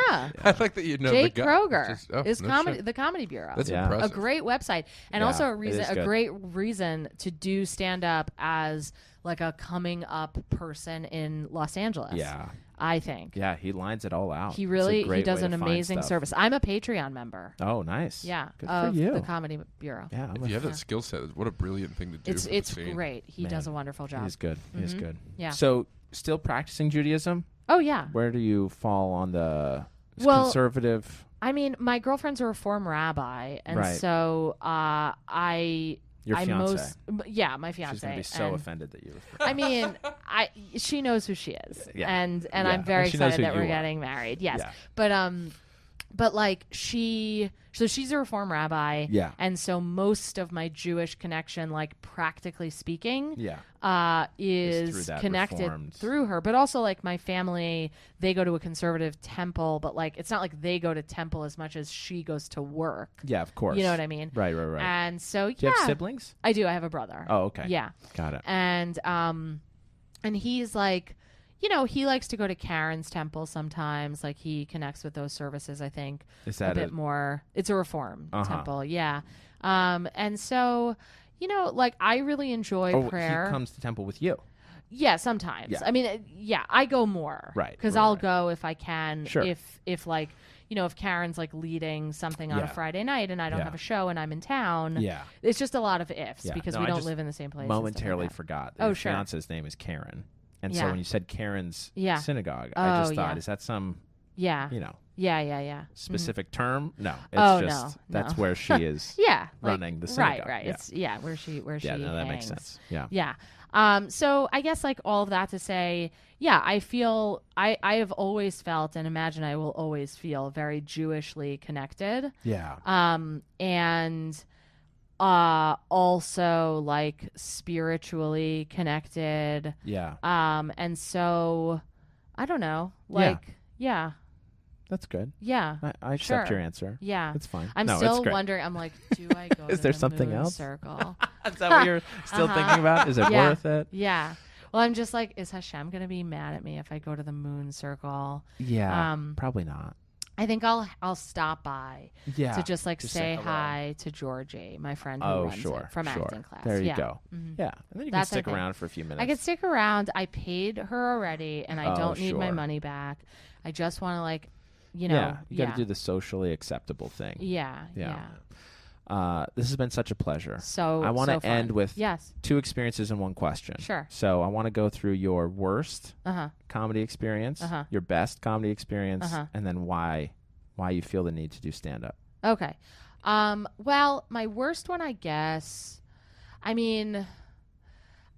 C: I like that you know
D: jake
C: the guy.
D: kroger
C: It's just- oh,
D: is
C: no
D: comedy
C: shit.
D: the comedy bureau
C: That's
B: Yeah.
D: a
C: impressive.
D: great website and
B: Yeah,
D: also a
B: it
D: reason
B: is
D: a
B: good.
D: great reason to do stand up as like a coming up person in Los Angeles.
B: Yeah.
D: I think.
B: Yeah. He lines it all out.
D: He
B: It's a
D: really
B: great
D: he does
B: way
D: an
B: to find
D: amazing
B: stuff.
D: service. I'm a Patreon member.
B: Oh, nice.
D: Yeah.
B: Good
D: of
B: for you.
D: the Comedy Bureau.
B: yeah. I'm
C: If
B: a-
C: you have that skill set, what a brilliant thing to do.
D: It's
C: for the
D: it's
C: scene.
D: great. He does a wonderful job. Mm-hmm.
B: He's good. He's good.
D: Yeah.
B: So, still practicing Judaism?
D: oh yeah.
B: Where do you fall on the s-
D: Well-
B: conservative?
D: I mean, my girlfriend's a reform rabbi and
B: Right.
D: so uh I
B: Your
D: I
B: fiance.
D: most yeah, my fiance.
B: She's gonna be so
D: and-
B: offended that you.
D: I mean, I she knows who she is,
B: Yeah.
D: and and
B: Yeah.
D: I'm very
B: And she knows
D: excited
B: who
D: that we're
B: you are.
D: getting married. Yes,
B: Yeah.
D: but um, but like she, so she's a Reform rabbi.
B: Yeah.
D: and so most of my Jewish connection, like practically speaking,
B: Yeah.
D: uh, is,
B: through that
D: connected
B: Reformed-
D: through her, but also like my family, they go to a conservative temple, but like it's not like they go to temple as much as she goes to work.
B: Yeah, of course.
D: You know what I mean?
B: Right, right, right.
D: And so
B: do you
D: yeah,
B: have siblings?
D: I do. I have a brother.
B: Oh, okay.
D: yeah
B: Got it.
D: and um and he's like you know he likes to go to karen's temple sometimes like he connects with those services i think
B: Is
D: a
B: that
D: bit
B: a-
D: more it's a reform
B: Uh-huh.
D: temple yeah um and so you know like i really enjoy
B: Oh,
D: prayer
B: he comes to temple with you.
D: yeah sometimes
B: Yeah.
D: i mean uh, yeah i go more
B: Right,
D: because
B: right,
D: i'll
B: right.
D: go if i can
B: Sure.
D: if if like you know if karen's like leading something on
B: Yeah.
D: a friday night and i don't
B: Yeah.
D: have a show and i'm in town
B: Yeah.
D: it's just a lot of ifs
B: Yeah.
D: because
B: No,
D: we
B: I
D: don't
B: just
D: live in the same place and stuff like
B: Momentarily
D: that.
B: forgot. That
D: Oh,
B: your
D: sure.
B: Fiance's name is Karen, and so
D: Yeah.
B: when you said Karen's
D: Yeah.
B: synagogue, I just
D: Oh,
B: thought,
D: yeah.
B: is that some
D: yeah
B: you know
D: Yeah, yeah, yeah.
B: specific term? No, it's
D: Oh,
B: just
D: no,
B: that's
D: no.
B: where she is.
D: Yeah, like-
B: Running the
D: Right,
B: synagogue,
D: right.
B: yeah.
D: It's yeah, where she where she
B: yeah, no, that makes
D: hangs.
B: sense. Yeah.
D: Yeah. Um so I guess like all of that to say, yeah, I feel I I have always felt and imagine I will always feel very Jewishly connected.
B: Yeah.
D: Um and uh also like spiritually connected.
B: Yeah.
D: Um and so I don't know.
B: Yeah.
D: Like yeah.
B: That's good.
D: Yeah.
B: I, I accept
D: Sure.
B: your answer.
D: Yeah.
B: It's fine.
D: I'm
B: no, it's
D: still
B: great.
D: wondering. I'm like, do I go?
B: Is
D: to
B: there
D: the
B: something
D: moon
B: else?
D: Circle.
B: Is that what you're still
D: Uh-huh.
B: thinking about? Is it
D: Yeah.
B: worth it?
D: Yeah. Well, I'm just like, is Hashem gonna be mad at me if I go to the moon circle?
B: Yeah.
D: Um,
B: probably not.
D: I think I'll I'll stop by
B: Yeah.
D: to just like
B: Just say
D: say,
B: hello.
D: hi to Georgie, my friend who
B: oh,
D: runs it
B: sure.
D: from
B: sure.
D: acting class.
B: There you
D: Yeah. Mm-hmm.
B: go. Yeah. And then you
D: That's, I
B: can stick
D: think.
B: around for a few minutes.
D: I could stick around. I paid her already, and I
B: Oh,
D: don't need my
B: sure.
D: money back. I just want to like, you know,
B: yeah. You
D: yeah,
B: got to do the socially acceptable thing.
D: yeah, yeah,
B: Yeah. Uh, this has been such a pleasure.
D: So
B: I want
D: so
B: to
D: fun.
B: end with
D: yes,
B: two experiences and one question.
D: Sure.
B: So I want to go through your worst
D: uh huh,
B: comedy experience,
D: Uh-huh.
B: your best comedy experience,
D: Uh-huh.
B: and then why why you feel the need to do stand up.
D: okay. Um, well, my worst one, I guess. I mean,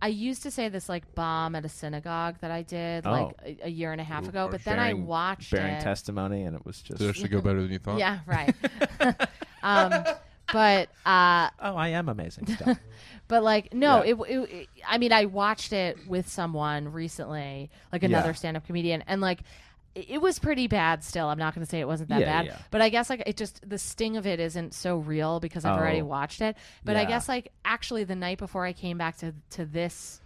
D: I used to say this like bomb at a synagogue that I did like
B: Oh.
D: a, a year and a half
C: Ooh,
D: ago,
C: or
D: but then I
B: bearing-
D: watched
B: bearing
D: it.
B: testimony, and it was just.
C: Did it actually go better than you thought?
D: Yeah, right. um, but uh,
B: Oh, I am amazing. Stuff.
D: but like no,
B: Yeah.
D: it, it, it- I mean, I watched it with someone recently, like another
B: Yeah.
D: stand-up comedian, and like it it was pretty bad. Still, I'm not going to say it wasn't that
B: Yeah,
D: bad,
B: yeah.
D: but I guess like it just the sting of it isn't so real because I've already
B: Oh.
D: watched it. But I
B: Yeah.
D: guess like actually the night before I came back to to this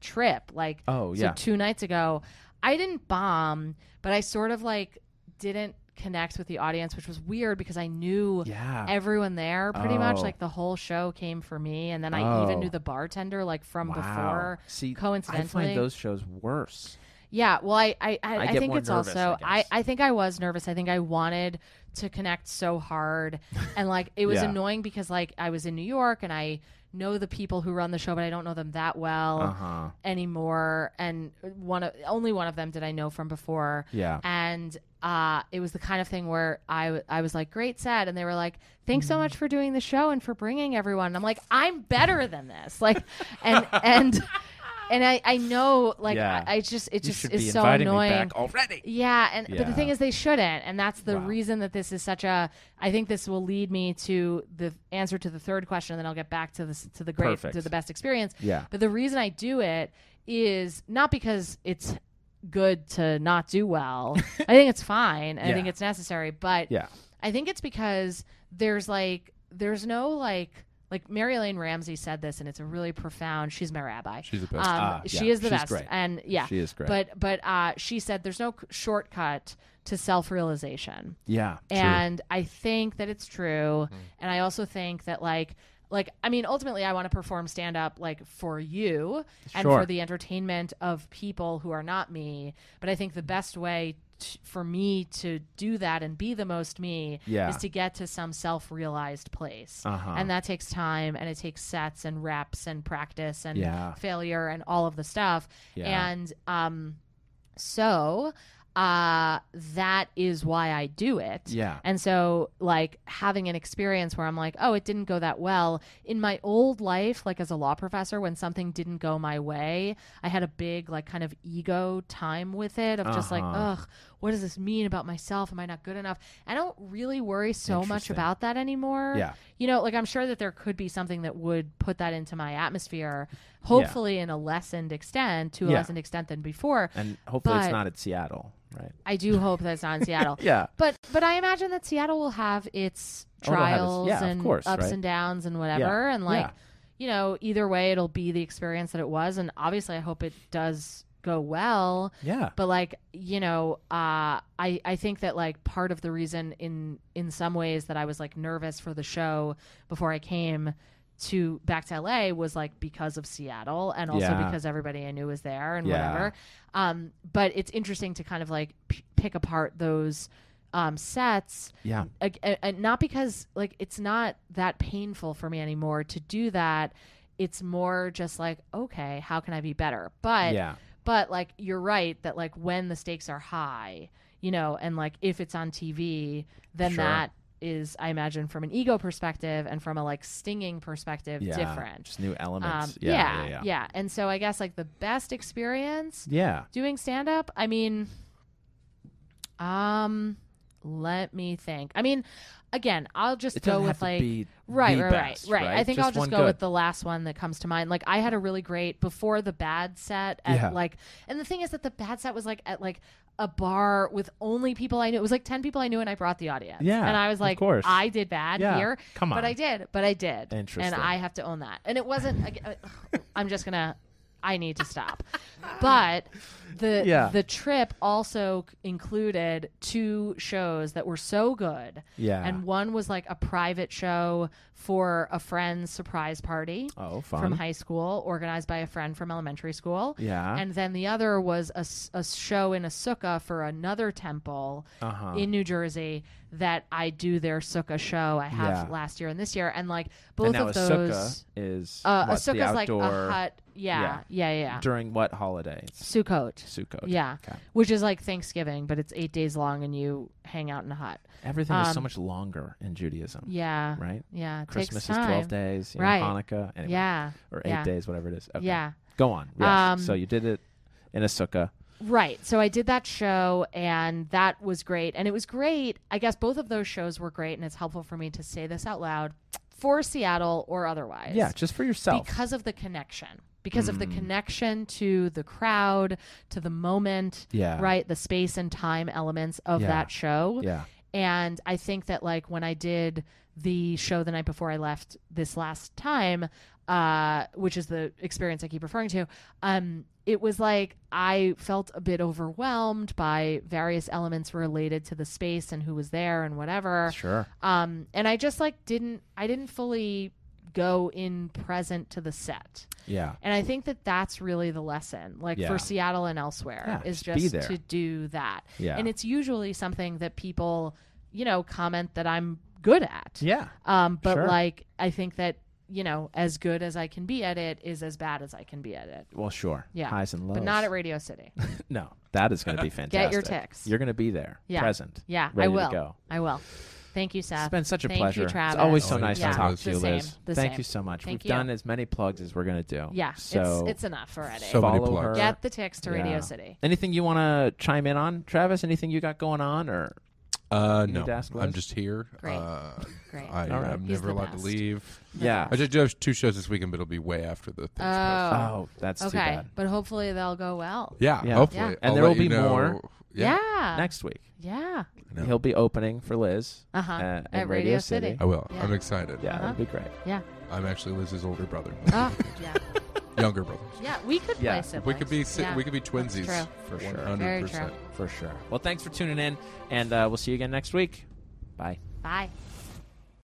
D: trip, like
B: Oh,
D: so
B: yeah.
D: two nights ago, I didn't bomb, but I sort of like didn't connect with the audience, which was weird because I knew
B: yeah.
D: everyone there pretty much
B: Oh.
D: like the whole show came for me and then i even
B: Oh.
D: knew the bartender like from
B: wow.
D: before
B: See, I
D: coincidentally
B: find those shows worse.
D: yeah well i i,
B: I
D: I, I
B: get
D: think
B: more
D: it's
B: nervous,
D: also
B: I
D: I, I
B: guess.
D: think i was nervous i think i wanted to connect so hard and like it was
B: Yeah.
D: annoying because like i was in new york and i know the people who run the show but i don't know them that well
B: Uh huh.
D: anymore and one of only one of them did i know from before
B: Yeah.
D: and uh, it was the kind of thing where I, w- I was like, great set. And they were like, thanks
B: Mm-hmm.
D: so much for doing the show and for bringing everyone. And I'm like, I'm better than this. Like, and, and, and I, I know, like,
B: Yeah.
D: I, I just, it
B: You
D: just
B: should
D: is
B: be
D: so
B: inviting
D: annoying.
B: me back already.
D: Yeah, and but the thing
B: Yeah.
D: is they shouldn't, and that's the
B: Wow.
D: reason that this is such a. I think this will lead me to the answer to the third question, and then I'll get back to this to the great
B: Perfect.
D: to the best experience.
B: Yeah.
D: But the reason I do it is not because it's good to not do well. I think it's fine. I
B: Yeah.
D: think it's necessary, but
B: Yeah.
D: I think it's because there's like there's no like like Mary Lane Ramsey said this, and it's a really profound. She's my rabbi.
C: She's the
D: Um,
C: best.
B: Ah,
D: she
B: yeah.
D: is the
B: She's
D: best,
B: great.
D: and yeah,
B: She is great.
D: But but uh, she said there's no c- shortcut to self realization,
B: Yeah.
D: and I think that it's
B: Mm-hmm.
D: true. And I also think that like like I mean, ultimately, I want to perform stand up like for you and
B: Sure.
D: for the entertainment of people who are not me. But I think the best way. t- For me to do that and be the most me
B: Yeah.
D: is to get to some self-realized place,
B: Uh-huh.
D: and that takes time, and it takes sets and reps and practice and
B: Yeah.
D: failure and all of the stuff.
B: Yeah.
D: And um, so uh, that is why I do it.
B: Yeah.
D: And so, like, having an experience where I'm like, oh, it didn't go that well. In my old life, like as a law professor, when something didn't go my way, I had a big, like, kind of ego time with it of just like,
B: Uh-huh.
D: ugh, what does this mean about myself? Am I not good enough? I don't really worry so much
B: Interesting.
D: about that anymore.
B: Yeah.
D: You know, like, I'm sure that there could be something that would put that into my atmosphere, hopefully in a lessened extent, to a
B: Yeah.
D: lessened extent than before.
B: And hopefully
D: But-
B: it's not at Seattle, right?
D: I do hope that's not in Seattle.
B: Yeah.
D: But but I imagine that Seattle will have its
B: Oh, it'll have its-
D: trials
B: yeah, of
D: and
B: course,
D: ups
B: right?
D: and downs and whatever. And like,
B: yeah.
D: you know, either way it'll be the experience that it was. And obviously I hope it does go well.
B: Yeah.
D: But like, you know, uh I, I think that like part of the reason in in some ways that I was like nervous for the show before I came to back to LA was like because of Seattle and also
B: Yeah.
D: because everybody I knew was there and
B: Yeah.
D: whatever. Um, but it's interesting to kind of like p- pick apart those um, sets.
B: Yeah.
D: Ag- a- and not because like it's not that painful for me anymore to do that. It's more just like, okay, how can I be better? But
B: yeah.
D: but like you're right that like when the stakes are high, you know, and like if it's on TV, then
B: Sure.
D: that is I imagine from an ego perspective and from a like stinging perspective
B: Yeah.
D: different.
B: Just new elements.
D: Um,
B: yeah,
D: yeah,
B: yeah.
D: yeah. And so I guess like the best experience
B: Yeah.
D: doing stand up i mean um let me think i mean again i'll just
B: It
D: go
B: doesn't have
D: with
B: to
D: like
B: be
D: right
B: the
D: right,
B: best,
D: right right
B: right?
D: i think
B: Just
D: i'll just
B: one
D: go
B: good.
D: with the last one that comes to mind like i had a really great before the bad set at
B: Yeah.
D: like and the thing is that the bad set was like at like a bar with only people i knew it was like 10 people i knew and i brought the audience
B: Yeah,
D: and i was
B: of
D: like
B: course.
D: i did bad
B: Yeah,
D: here
B: come
D: but i
B: on.
D: did but i did
B: Interesting.
D: and i have to own that and it wasn't ag- i'm just gonna i need to stop but the
B: Yeah.
D: the trip also c- included two shows that were so good.
B: Yeah.
D: And one was like a private show for a friend's surprise party
B: Oh, fun.
D: from high school, organized by a friend from elementary school.
B: Yeah.
D: And then the other was a, s- a show in a sukkah for another temple
B: Uh-huh.
D: in New Jersey that I do their sukkah show. I have
B: Yeah.
D: last year and this year. And like both
B: and now
D: of
B: a
D: those.
B: sukkah is
D: uh,
B: what,
D: a
B: the
D: sukkah's like
B: outdoor
D: a hut. Yeah. Yeah. Yeah. yeah.
B: during what holiday? It's
D: Sukkot.
B: Sukkot.
D: Yeah.
B: Okay.
D: Which is like Thanksgiving, but it's eight days long and you hang out in a hut.
B: Everything is so
D: Um,
B: much longer in Judaism.
D: Yeah.
B: Right?
D: Yeah. it takes
B: Christmas is
D: time.
B: twelve days. You know,
D: Right.
B: Hanukkah. Anyway,
D: Yeah.
B: Or eight
D: yeah.
B: days, whatever it is. Okay.
D: Yeah.
B: Go on. Yeah.
D: Um,
B: so you did it in a sukkah.
D: Right. So I did that show, and that was great. And it was great. I guess both of those shows were great, and it's helpful for me to say this out loud for Seattle or otherwise.
B: Yeah, Mm. just for yourself.
D: Because of the connection. Because of the connection to the crowd, to the moment,
B: Yeah.
D: right? The space and time elements of
B: Yeah.
D: that show.
B: yeah.
D: And I think that like when I did the show the night before I left this last time, uh, which is the experience I keep referring to, um, it was like I felt a bit overwhelmed by various elements related to the space and who was there and whatever.
B: Sure.
D: Um, and I just like didn't I didn't fully go in present to the set.
B: Yeah.
D: And I think that that's really the lesson, like
B: Yeah.
D: for Seattle and elsewhere,
B: Yeah,
D: is
B: just be
D: just
B: there.
D: to do that.
B: Yeah.
D: And it's usually something that people, you know, comment that I'm good at.
B: Yeah.
D: Um, but
B: Sure.
D: like, I think that you know, as good as I can be at it is as bad as I can be at it.
B: Well, sure.
D: Yeah.
B: Highs and lows.
D: But not at Radio City.
B: No, that is going to be fantastic.
D: Get your ticks.
B: You're going to be there,
D: Yeah.
B: present.
D: Yeah,
B: ready
D: I will.
B: To go.
D: I will. Thank you, Seth.
B: It's been such a
D: Thank
B: pleasure.
D: You, Travis.
B: It's always so
C: Always
B: nice
C: a
B: to
C: pleasure.
B: talk to
D: The
B: you,
D: same,
B: Liz.
D: the
B: Thank
D: same.
B: you so much.
D: Thank
B: We've
D: you.
B: done as many plugs as we're going to do.
D: Yeah,
B: So
D: it's, it's enough already.
C: So many
B: follow her.
C: plugs.
D: Get the ticks to Radio
B: Yeah.
D: City.
B: Anything you want to chime in on, Travis? Anything you got going on, or
C: Uh,
B: Need
C: no,
B: to ask
C: I'm
B: Liz?
C: just here.
D: Great.
C: Uh,
D: Great.
C: I,
B: All right.
C: I'm
D: He's
C: never
D: the
C: allowed
D: best.
C: to leave.
B: yeah?
C: I just do have two shows this weekend, but it'll be way after the. Things
D: Oh.
B: Oh, that's too
D: Okay,
B: bad.
D: but hopefully they'll go well.
C: Yeah,
B: Yeah.
C: hopefully.
D: Yeah.
B: And
C: I'll
B: there will
C: let you
B: be more.
C: know-
D: Yeah.
B: Next week
D: Yeah.
C: No.
B: he'll be opening for Liz
D: Uh-huh.
B: uh,
D: At
B: in
D: Radio City.
C: I will.
D: Yeah.
C: I'm excited.
B: Oh, Yeah,
D: Uh-huh.
B: that'd be great.
D: Yeah.
C: I'm actually Liz's older brother,
D: Oh, yeah.
C: younger brother.
D: Yeah. We could
B: Yeah.
D: play siblings.
C: We could be si-
D: Yeah.
C: we could be
D: That's
C: twinsies
D: true.
C: for
B: Very true.
C: 100. percent
B: For sure. Well, thanks for tuning in, and uh, we'll see you again next week. Bye.
D: Bye.